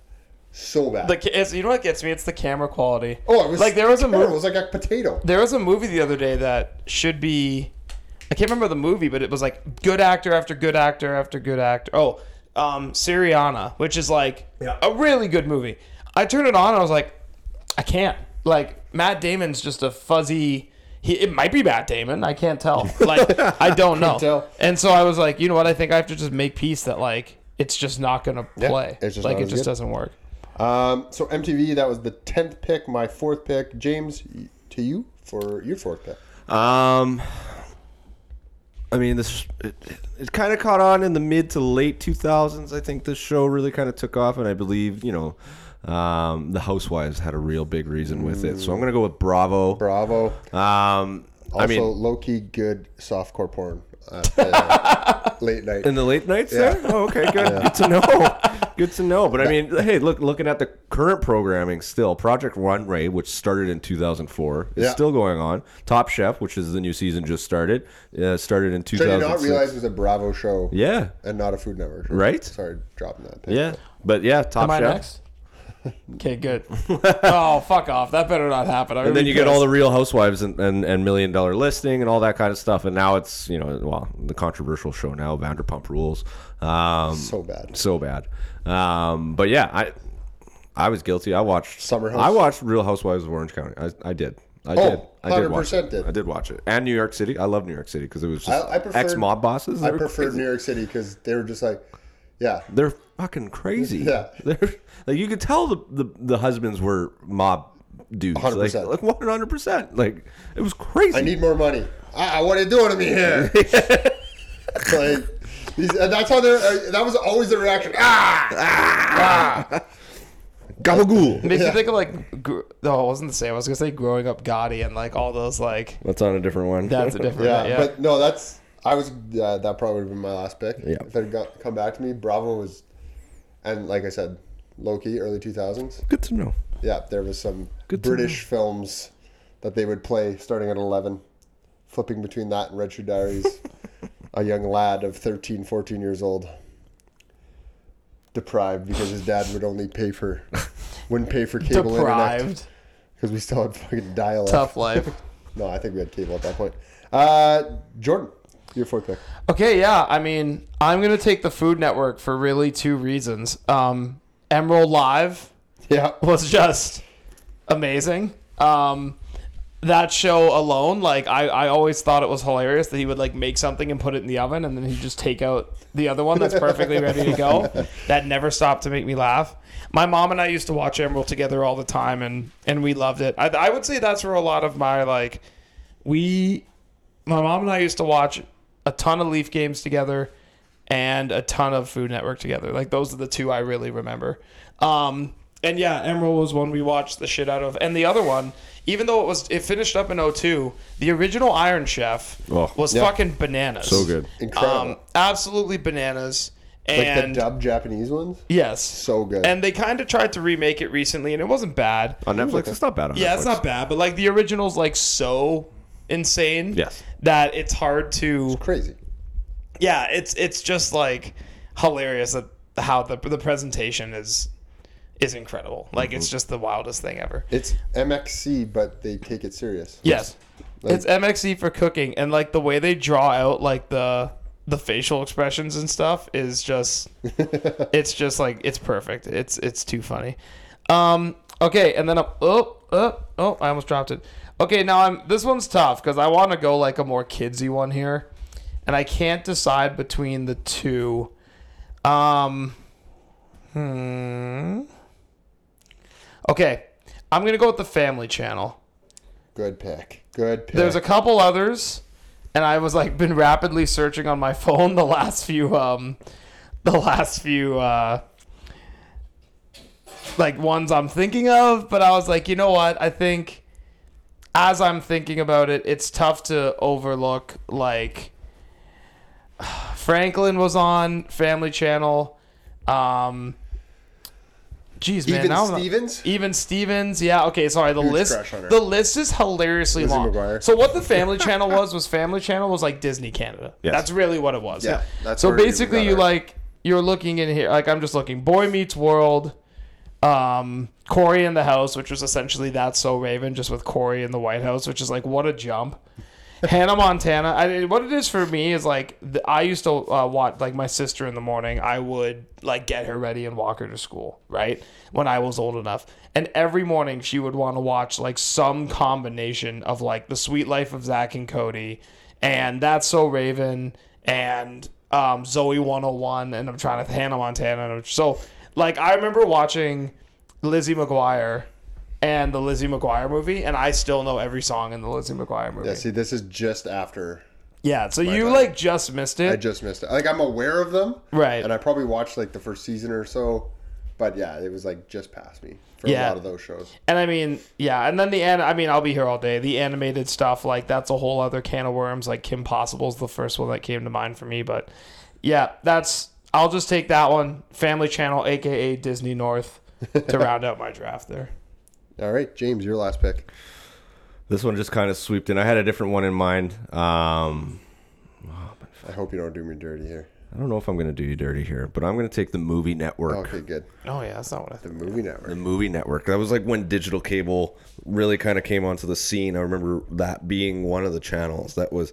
B: So bad.
A: The ca- it's, you know what gets me? It's the camera quality.
B: oh, it was
A: like there was a
B: terrible.
A: movie.
B: It was like a potato.
A: There was a movie the other day that should be. I can't remember the movie, but it was like good actor after good actor after good actor. Oh, um, Syriana, which is like a really good movie. I turned it on and I was like, I can't. Like Matt Damon's just a fuzzy. He, it might be Matt Damon. I can't tell. Like I don't know.
B: tell.
A: And so I was like, you know what? I think I have to just make peace that like it's just not gonna play.
B: it's just
A: like
B: not
A: it
B: as
A: just
B: good.
A: doesn't work.
B: Um, so MTV, that was the tenth pick. My fourth pick, James, y- to you for your fourth pick.
D: Um, I mean, this it, it kind of caught on in the mid to late 2000s. I think this show really kind of took off, and I believe you know, um, the Housewives had a real big reason with it. So I'm gonna go with Bravo.
B: Bravo.
D: Um,
B: Also,
D: I mean,
B: low key good softcore porn. At, uh, late night.
D: in the late nights there. Oh, okay, good. Good to know. Good to know. But I mean, hey, look, looking at the current programming, still Project Runway, which started in 2004, is
B: Yeah.
D: still going on. Top Chef, which is the new season just started, uh, started in
B: Which I
D: 2006.
B: did not realize it was a Bravo show.
D: yeah.
B: And not a Food Network. show.
D: Right?
B: Sorry, dropping that. Pick.
D: Yeah, but yeah, Top
A: Am I
D: Chef.
A: next? Okay, good. oh, fuck off. That better not happen. I'm
D: And then
A: gonna
D: you
A: be
D: get
A: pissed.
D: all the Real Housewives and, and, and Million Dollar Listing and all that kind of stuff. And now it's you know well the controversial show now Vanderpump Rules. Um,
B: So bad.
D: so bad. Um, but yeah, I I was guilty. I watched
B: Summer House.
D: I watched Real Housewives of Orange County. I, I did. I
B: Oh,
D: did. I did watch
B: 100%
D: it.
B: did.
D: I did watch it. And New York City. I love New York City because it was just
B: I- I preferred-
D: ex mob bosses.
B: I
D: They were
B: preferred
D: crazy.
B: New York City because they were just like, yeah,
D: They're fucking crazy.
B: Yeah.
D: They're like you could tell the the, the husbands were mob dudes.
B: 100%.
D: Like one hundred percent. Like it was crazy.
B: I need more money. Ah, what are you doing to me here? like, these, and that's how they're. Uh, that was always the reaction. Ah,
D: gabagool.
A: Makes you think of like, gr- no, it wasn't the same. I was gonna say growing up Gotti and like all those like.
C: That's on a different one.
A: That's a different.
B: yeah,
A: Yeah, yeah.
B: But no, that's. I was. Uh, that probably would have been my last pick.
C: Yeah.
B: If it had got, come back to me, Bravo was, and like I said, low key early two thousands.
C: Good to know.
B: Yeah, there was some
C: Good to
B: British films that they would play starting at 11, flipping between that and Red Shoe Diaries. a young lad of 13, 14 years old, deprived because his dad would only pay for, wouldn't pay for cable internet
A: Deprived.
B: because we still had fucking dial up.
A: Tough life.
B: No, I think we had cable at that point. Uh, Jordan, your fourth pick.
A: Okay, yeah. I mean, I'm gonna take the Food Network for really two reasons. Um, Emerald Live
B: Yeah.
A: was just amazing. Um, that show alone, like I, I always thought it was hilarious that he would like make something and put it in the oven and then he'd just take out the other one that's perfectly ready to go. That never stopped to make me laugh. My mom and I used to watch Emerald together all the time and and we loved it. I, I would say that's where a lot of my like we my mom and I used to watch a ton of Leaf games together and a ton of Food Network together. Like those are the two I really remember. Um, and yeah, Emerald was one we watched the shit out of. And the other one, even though it was it finished up in 02, the original Iron Chef
D: Oh,
A: was
B: yeah.
A: fucking bananas.
D: So good.
B: Incredible.
A: Um, absolutely bananas.
B: like
A: And
B: the dub Japanese ones?
A: yes.
B: So good.
A: and they kind of tried to remake it recently and it wasn't bad.
D: On Netflix, it's not bad. On
A: Yeah,
D: Netflix.
A: it's not bad, but like the original's like so insane
D: Yes.
A: that it's hard to
B: Crazy.
A: yeah, it's it's just like hilarious that how the the presentation is is incredible. Like
D: Mm-hmm.
A: it's just the wildest thing ever.
B: It's MXC, but they take it serious.
A: Yes. it's MXE for cooking and like the way they draw out like the the facial expressions and stuff is just it's just like it's perfect. It's it's too funny. Um okay, and then up oh oh oh I almost dropped it. Okay, now I'm this one's tough cuz I want to go like a more kidsy one here and I can't decide between the two. Um hmm. Okay. I'm going to go with the family channel.
B: Good pick. Good pick.
A: There's a couple others, and I was like been rapidly searching on my phone the last few um, the last few uh, like ones I'm thinking of, but I was like, you know what? I think as I'm thinking about it, it's tough to overlook like Franklin was on Family Channel. Um, geez, man,
B: Even
A: now I'm not-
B: Stevens?
A: even Stevens, yeah. Okay, sorry. The
B: Huge
A: list,
B: crush on her.
A: the list is hilariously
B: Lizzie
A: long.
B: McGuire.
A: So what the Family Channel was was Family Channel was like Disney Canada.
D: Yes.
A: That's really what it was.
B: Yeah, that's
A: so
B: where you
A: basically,
B: got
A: you
B: it.
A: like you're looking in here. Like I'm just looking. Boy Meets World, um, Corey in the House, which was essentially that's so Raven, just with Corey in the White House, which is like what a jump. Hannah Montana. I, what it is for me is like the, I used to uh, watch like my sister in the morning. I would like get her ready and walk her to school, right? When I was old enough, and every morning she would want to watch like some combination of like the Sweet Life of Zach and Cody, and That's So Raven, and um, Zoe 101, and I'm trying to Hannah Montana. and I'm- So like I remember watching Lizzie McGuire. And the Lizzie McGuire movie, and I still know every song in the Lizzie McGuire movie.
B: yeah, see, this is just after.
A: Yeah, so you
B: bad.
A: like just missed it.
B: I just missed it. Like, I'm aware of them.
A: Right.
B: And I probably watched, like, the first season or so. But yeah, it was, like, just past me for
A: Yeah.
B: a lot of those shows.
A: and I mean, yeah, and then the an- I mean, I'll be here all day. The animated stuff, like that's a whole other can of worms. Like Kim Possible's the first one that came to mind for me, but yeah, that's I'll just take that one. Family Channel, aka Disney North, to round out my draft there.
B: All right, James, your last pick.
D: This one just kind of sweeped in. I had a different one in mind. Um,
B: I hope you don't do me dirty here.
D: I don't know if I'm going to do you dirty here, but I'm going to take the movie network.
B: Okay, good.
A: Oh yeah, that's not what I
B: The
A: think.
B: movie network.
D: The movie network. That was like when digital cable really kind of came onto the scene. I remember that being one of the channels. That was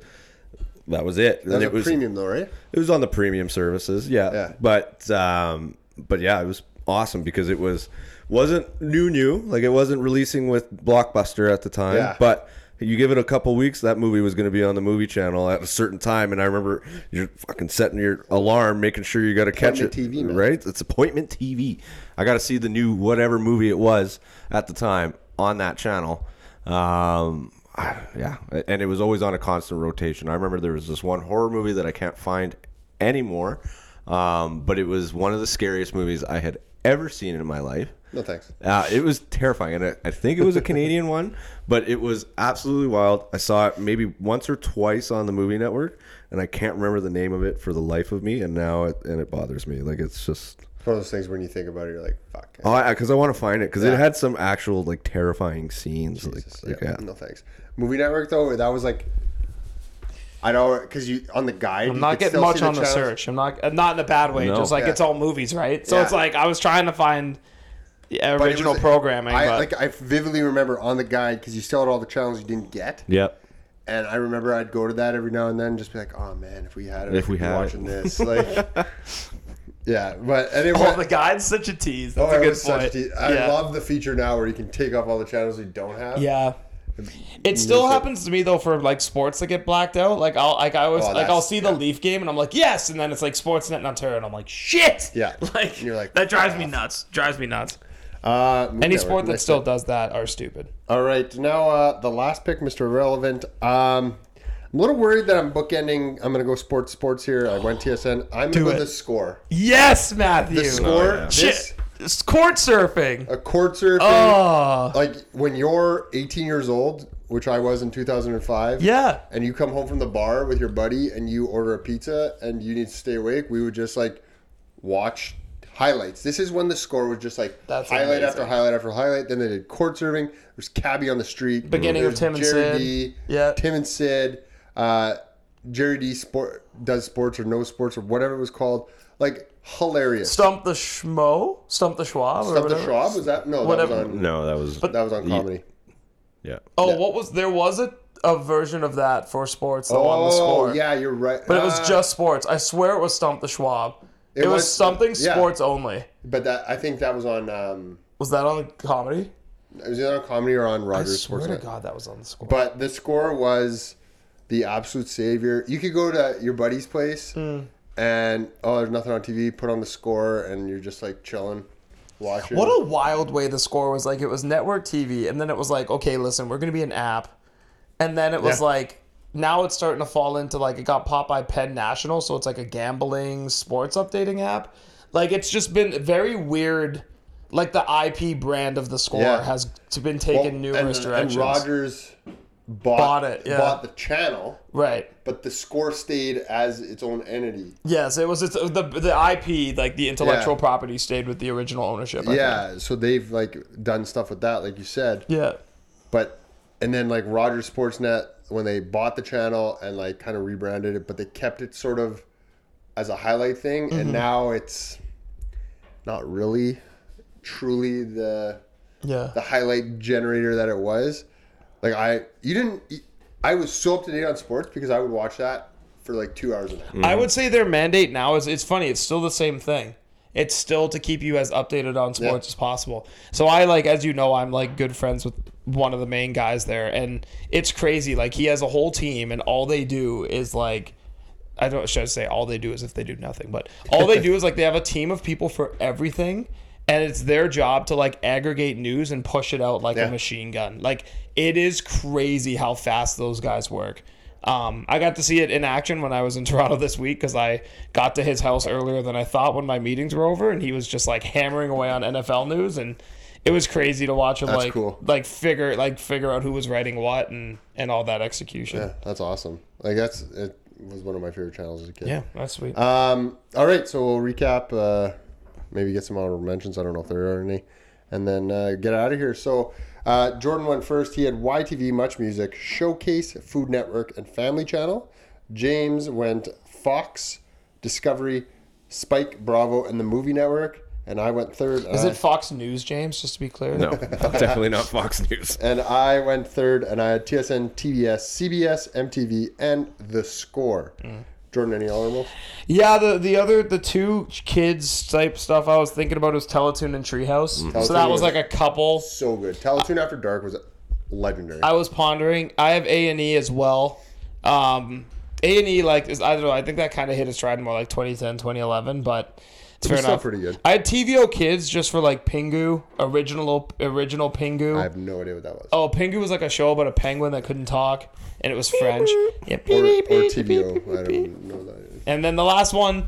D: that was it. And
B: That's
D: it
B: a
D: was
B: premium, though, right?
D: It was on the premium services, yeah.
B: Yeah.
D: But um, but yeah, it was awesome because it was wasn't new new like it wasn't releasing with Blockbuster at the time,
B: Yeah.
D: but. You give it a couple weeks, that movie was going to be on the movie channel at a certain time, and I remember you're fucking setting your alarm, making sure you got to catch it.
B: Appointment TV, man.
D: right? It's appointment TV. I got to see the new whatever movie it was at the time on that channel. Um, yeah, and it was always on a constant rotation. I remember there was this one horror movie that I can't find anymore, um, but it was one of the scariest movies I had ever seen in my life.
B: No, thanks.
D: Uh, it was terrifying, and I, I think it was a Canadian one, but it was absolutely wild. I saw it maybe once or twice on the movie network, and I can't remember the name of it for the life of me. And now, it, and it bothers me. Like it's just
B: It's one of those things when you think about it, you're like, fuck.
D: because I, 'cause I want to find it because it
B: Yeah.
D: had some actual like terrifying scenes.
B: Jesus,
D: like,
B: yeah,
D: like, yeah.
B: No thanks. Movie network though, that was like, I know because you on the guide.
A: I'm
B: you
A: not
B: could
A: getting
B: still
A: much
B: see
A: on the
B: channels.
A: search. I'm not uh, not in a bad way.
D: No.
A: Just like
B: Yeah.
A: it's all movies, right? So
B: Yeah.
A: it's like I was trying to find the
B: But it
A: original
B: was-
A: programming,
B: I
A: but
B: like I vividly remember on the guide because you still had all the channels you didn't get,
D: Yep.
B: and I remember I'd go to that every now and then, and just be like, oh man, if we had it,
D: If
B: I'd
D: we
B: be
D: had it."
B: watching this, like, Yeah, but anyway.
A: Oh, the guy's such a tease. That's
B: Oh, I
A: a good point.
B: was such te- I
A: yeah.
B: love the feature now where you can take off all the channels you don't have.
A: Yeah. It still happens to me though for like sports that get blacked out. Like I'll like I always
B: Oh,
A: like
B: that's-
A: I'll see the
B: yeah.
A: Leaf game and I'm like yes, and then it's like Sportsnet and Ontario and I'm like shit.
B: Yeah.
A: Like,
B: You're like,
A: that drives me nuts. Drives me nuts.
B: Uh,
A: Any sport that still does that are stupid.
B: All right, now uh, the last pick, Mr. Irrelevant. Um, I'm a little worried that I'm bookending. I'm going to go sports, sports here. I went TSN. I'm going to go
A: it.
B: with the score.
A: Yes, Matthew.
B: The score.
D: yeah.
B: This,
A: Shit. It's Court surfing.
B: a court surfing.
A: Oh.
B: Like when you're 18 years old, which I was in 2005.
A: Yeah.
B: and you come home from the bar with your buddy and you order a pizza and you need to stay awake, we would just like watch highlights. This is when the score was just like
A: That's
B: highlight
A: amazing.
B: after highlight after highlight. Then they did court serving. There's Cabby on the street.
A: Beginning of
B: There's
A: Tim and Sid.
B: Jerry D,
A: Yeah.
B: Tim and Sid. Uh, Jerry D sport does sports or no sports or whatever it was called. Like hilarious.
A: Stump the schmo. Stump the Schwab. or
B: Stump the
A: whatever.
B: Schwab was that? No,
A: Whatever.
B: that was on.
D: No, that was
B: That was on comedy.
D: yeah.
A: Oh, what was there was a, a version of that for sports though on the
B: Oh
A: score.
B: yeah, you're right.
A: But it was
B: Ah.
A: just sports. I swear it was Stump the Schwab. It, was,
B: was-
A: something
B: yeah.
A: sports only.
B: But that I think that was on. Um,
A: Was that on the comedy?
B: was it on comedy or on
A: I
B: Rogers
A: swear
B: Sports?
A: to God that was on the score.
B: But the score was the absolute savior. You could go to your buddy's place
A: Hmm.
B: and oh, there's nothing on TV. Put on the score, and you're just like chilling, watching.
A: what a wild way the score was like it was network TV and then it was like, okay, listen, we're gonna be an app. And then it was
B: Yeah.
A: like now it's starting to fall into like it got Popeye Penn National, so it's like a gambling sports updating app. Like it's just been very weird like the IP brand of the score
B: Yeah.
A: has t- been taken numerous
B: and,
A: directions.
B: And Rogers bought,
A: Bought it, yeah.
B: Bought the channel,
A: right.
B: but the score stayed as its own entity.
A: Yes, it was it's, uh, the the IP like the intellectual
B: Yeah.
A: property stayed with the original ownership. I think.
B: Yeah, so they've like done stuff with that, like you said.
A: yeah,
B: But and then like Rogers Sportsnet when they bought the channel and like kind of rebranded it, but they kept it sort of as a highlight thing, and now it's not really truly the
A: yeah.
B: the highlight generator that it was. Like I, you didn't. I was so up to date on sports because I would watch that for like two hours a night.
A: I would say their mandate now is it's funny. It's still the same thing. It's still to keep you as updated on sports as possible. So I like, as you know, I'm like good friends with one of the main guys there, and it's crazy. Like he has a whole team, and all they do is like. I don't should I say all they do is if they do nothing, but all they do is like they have a team of people for everything, and it's their job to like aggregate news and push it out like a
B: Yeah.
A: machine gun. Like it is crazy how fast those guys work. Um, I got to see it in action when I was in Toronto this week because I got to his house earlier than I thought when my meetings were over, and he was just like hammering away on NFL news, and it was crazy to watch him like
B: cool.
A: like figure like figure out who was writing what and and all that execution. Yeah,
B: That's awesome. Like that's it was one of my favorite channels as a kid.
A: that's sweet.
B: Um, all right, so we'll recap, uh, maybe get some honorable mentions. I don't know if there are any, and then uh, get out of here. So uh, Jordan went first. He had YTV, Much Music, Showcase, Food Network, and Family Channel. James went Fox, Discovery, Spike, Bravo, and the Movie Network. And I went third. uh,
A: Is
B: and
A: it Fox News, James? Just to be clear.
D: No, definitely not Fox News.
B: I, and I went third, and I had TSN, TBS, CBS, MTV, and The Score.
A: Mm.
B: Jordan, any honorable?
A: Yeah, the the other the two kids type stuff I was thinking about was Teletoon and Treehouse. So that
B: Teletoon
A: was
B: was-
A: like a couple.
B: So good. Teletoon After Dark was legendary.
A: I was pondering. I have A and E as well. Um, A and E like is I don't know. I think that kind of hit its stride more like 2010, 2011, but it's fair
B: still
A: enough.
B: pretty good.
A: I had TVO Kids just for like Pingu, original original Pingu.
B: I have no idea what that was.
A: Oh, Pingu was like a show about a penguin that couldn't talk, and it was French. Yeah,
B: or,
A: beep, beep,
B: or
A: beep,
B: TBO.
A: beep, beep,
B: I
A: beep.
B: don't know that.
A: And then the last one,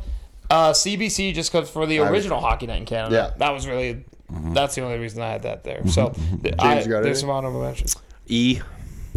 A: uh, CBC, just because for the original Hockey Night in Canada.
B: Yeah.
A: That was really,
D: Mm-hmm.
A: that's the only reason I had that there. So th- I,
B: James, you got
A: there's
B: any?
A: some honorable mentions.
D: E.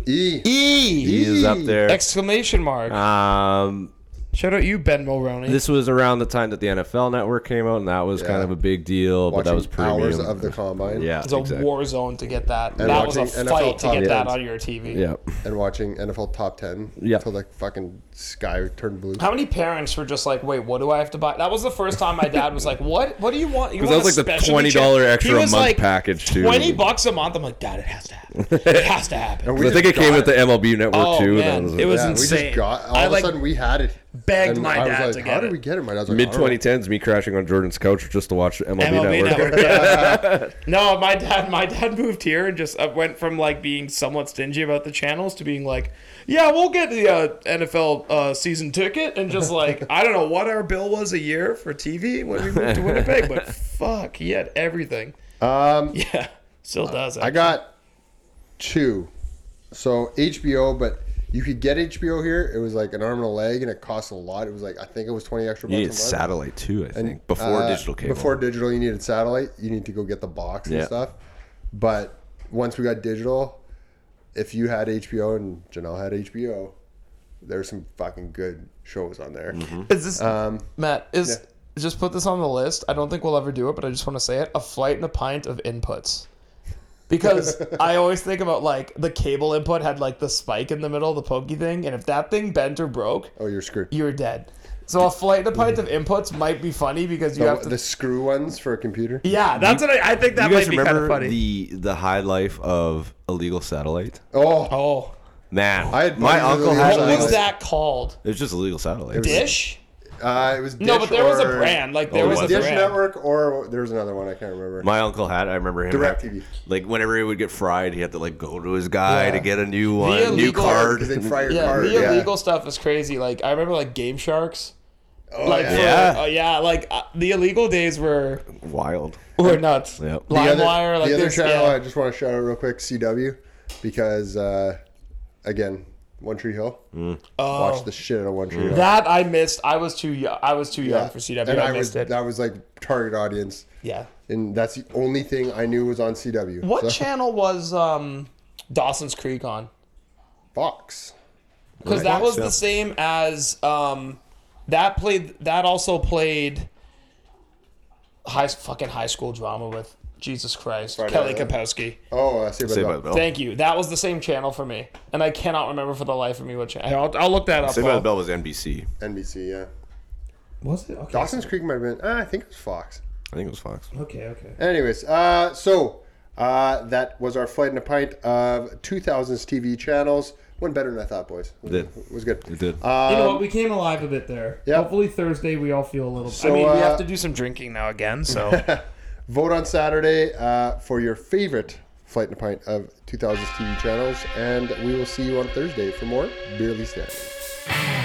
B: E.
A: E!
D: E is up there.
A: Exclamation mark.
D: Um,
A: Shout out you, Ben Mulroney.
D: this was around the time that the NFL Network came out, and that was kind
B: Yeah.
D: of a big deal. but that was
B: Watching hours
D: premium.
B: of the combine.
D: yeah,
A: it's a
D: exactly.
A: war zone to get that. that was a
B: watching NFL
A: fight to
B: top
A: get that
B: tens.
A: on your TV.
D: Yeah,
B: And watching NFL top ten.
D: Yeah.
B: Until the fucking sky turned blue.
A: How many parents were just like, "Wait, what do I have to buy?" That was the first time my dad was like, "What? What do you want?" Because
D: that was like the $20 extra a month package, too.
A: Twenty bucks a month. I'm like, "Dad, it has to happen. It has to happen."
B: And
D: I
B: just
D: think it
B: got
D: came with the MLB Network
A: Oh,
D: too.
A: man,
D: and that was-
A: it was
B: Yeah, we
A: insane.
B: just got all
A: I
B: of
A: like-
B: a sudden we had it.
A: begged
B: And
A: my
B: I was
A: dad
B: like,
A: to
B: how
A: get
B: did we
A: it.
B: get it? My dad's like,
C: Mid
B: "I don't know."
C: 2010s, me crashing on Jordan's couch just to watch MLB,
A: MLB
C: Network.
A: network. yeah. no, my dad, my dad moved here and just uh, went from like being somewhat stingy about the channels to being like, yeah, we'll get the uh, NFL uh, season ticket and just like I don't know what our bill was a year for TV when we moved to Winnipeg, but fuck, he had everything.
B: Um,
A: Yeah, still does.
B: I got two. So HBO, but you could get HBO here. It was like an arm and a leg, and it cost a lot. It was like I think it was twenty extra bucks
D: You
B: a
D: need
B: month.
D: satellite too, I think,
B: And,
D: before
B: uh,
D: digital cable.
B: Before digital, you needed satellite. You need to go get the box and
D: Yeah.
B: stuff. But once we got digital, if you had HBO and Janelle had HBO, there's some fucking good shows on there.
D: Mm-hmm.
B: Um,
A: Is this Matt? Is just put this on the list. I don't think we'll ever do it, but I just want to say it: a flight and a pint of inputs. Because I always think about like the cable input had like the spike in the middle, the pokey thing, and if that thing bent or broke,
B: Oh, you're screwed.
A: you were dead. So a flight and a pint of inputs might be funny because you
B: The,
A: have to.
B: the screw ones for a computer.
A: yeah, that's what I, I think that
D: you guys
A: might be kind of
D: remember
A: funny.
D: the the high life of illegal satellite?
B: Oh,
A: oh,
D: Man,
B: I had
D: my
B: buddies
D: uncle
B: with
D: had
A: what
B: illegal
D: illegal
A: was
B: satellite.
A: that called?
D: It was just illegal satellite.
A: Dish?
B: uh, it was Dish
A: No, but there was a
B: or-
A: brand. Like there
D: Oh,
A: was
D: was
A: a
D: it?
B: Dish
A: brand.
B: Network or there was another one I can't remember.
D: My uncle had. I remember him.
B: DirecTV.
D: Like whenever he would get fried, he had to like go to his guy
B: Yeah.
D: to get a new one, new
A: illegal-
D: card.
B: 'Cause they'd fry your
A: Yeah,
B: card.
A: the illegal stuff is crazy. Like I remember like Game Sharks.
B: Oh,
A: like
B: yeah.
A: for-
D: Yeah.
A: oh, yeah, like uh, the illegal days were
D: Wild.
A: were nuts.
D: Yep. The
B: the
A: Lime
B: other,
A: wire, like
B: the other
A: this.
B: channel I
A: Yeah.
B: just want to shout out real quick CW because uh, again One Tree Hill
A: Oh,
B: watch the shit out of One Tree Hill
A: that I missed. I was too young. I was too young
B: Yeah.
A: for CW.
B: and
A: I,
B: I was
A: missed it.
B: that was like target audience
A: yeah.
B: and that's the only thing I knew was on CW
A: What
B: So-
A: channel was um, Dawson's Creek on?
B: Fox
A: Because that was
D: Yeah.
A: the same as um, that played. That also played high fucking high school drama with Jesus Christ Kelly
B: Night
A: Kapowski.
B: oh I see about
D: Saved by
B: that
D: the Bell.
A: Thank you. That was the same channel for me, and I cannot remember for the life of me what channel. I'll, I'll look that up.
D: Saved by
A: Paul.
D: the Bell was NBC.
B: NBC yeah
A: Was it? Okay.
B: Dawson's Creek might have been ah, I think it was Fox
D: I think it was Fox.
A: Okay, okay.
B: Anyways, uh, so uh, that was our flight and a pint of 2000s TV channels. Went better than I thought, boys. It
D: did.
B: was good.
D: It did.
A: you know what? We came alive a bit there.
B: Um, yeah.
A: Hopefully Thursday we all feel a little.
B: So,
A: I mean, we
B: uh,
A: have to do some drinking now again. So
B: Vote on Saturday uh, for your favorite flight and a pint of 2000s TV channels, and we will see you on Thursday for more Beerly Standing.
G: Thank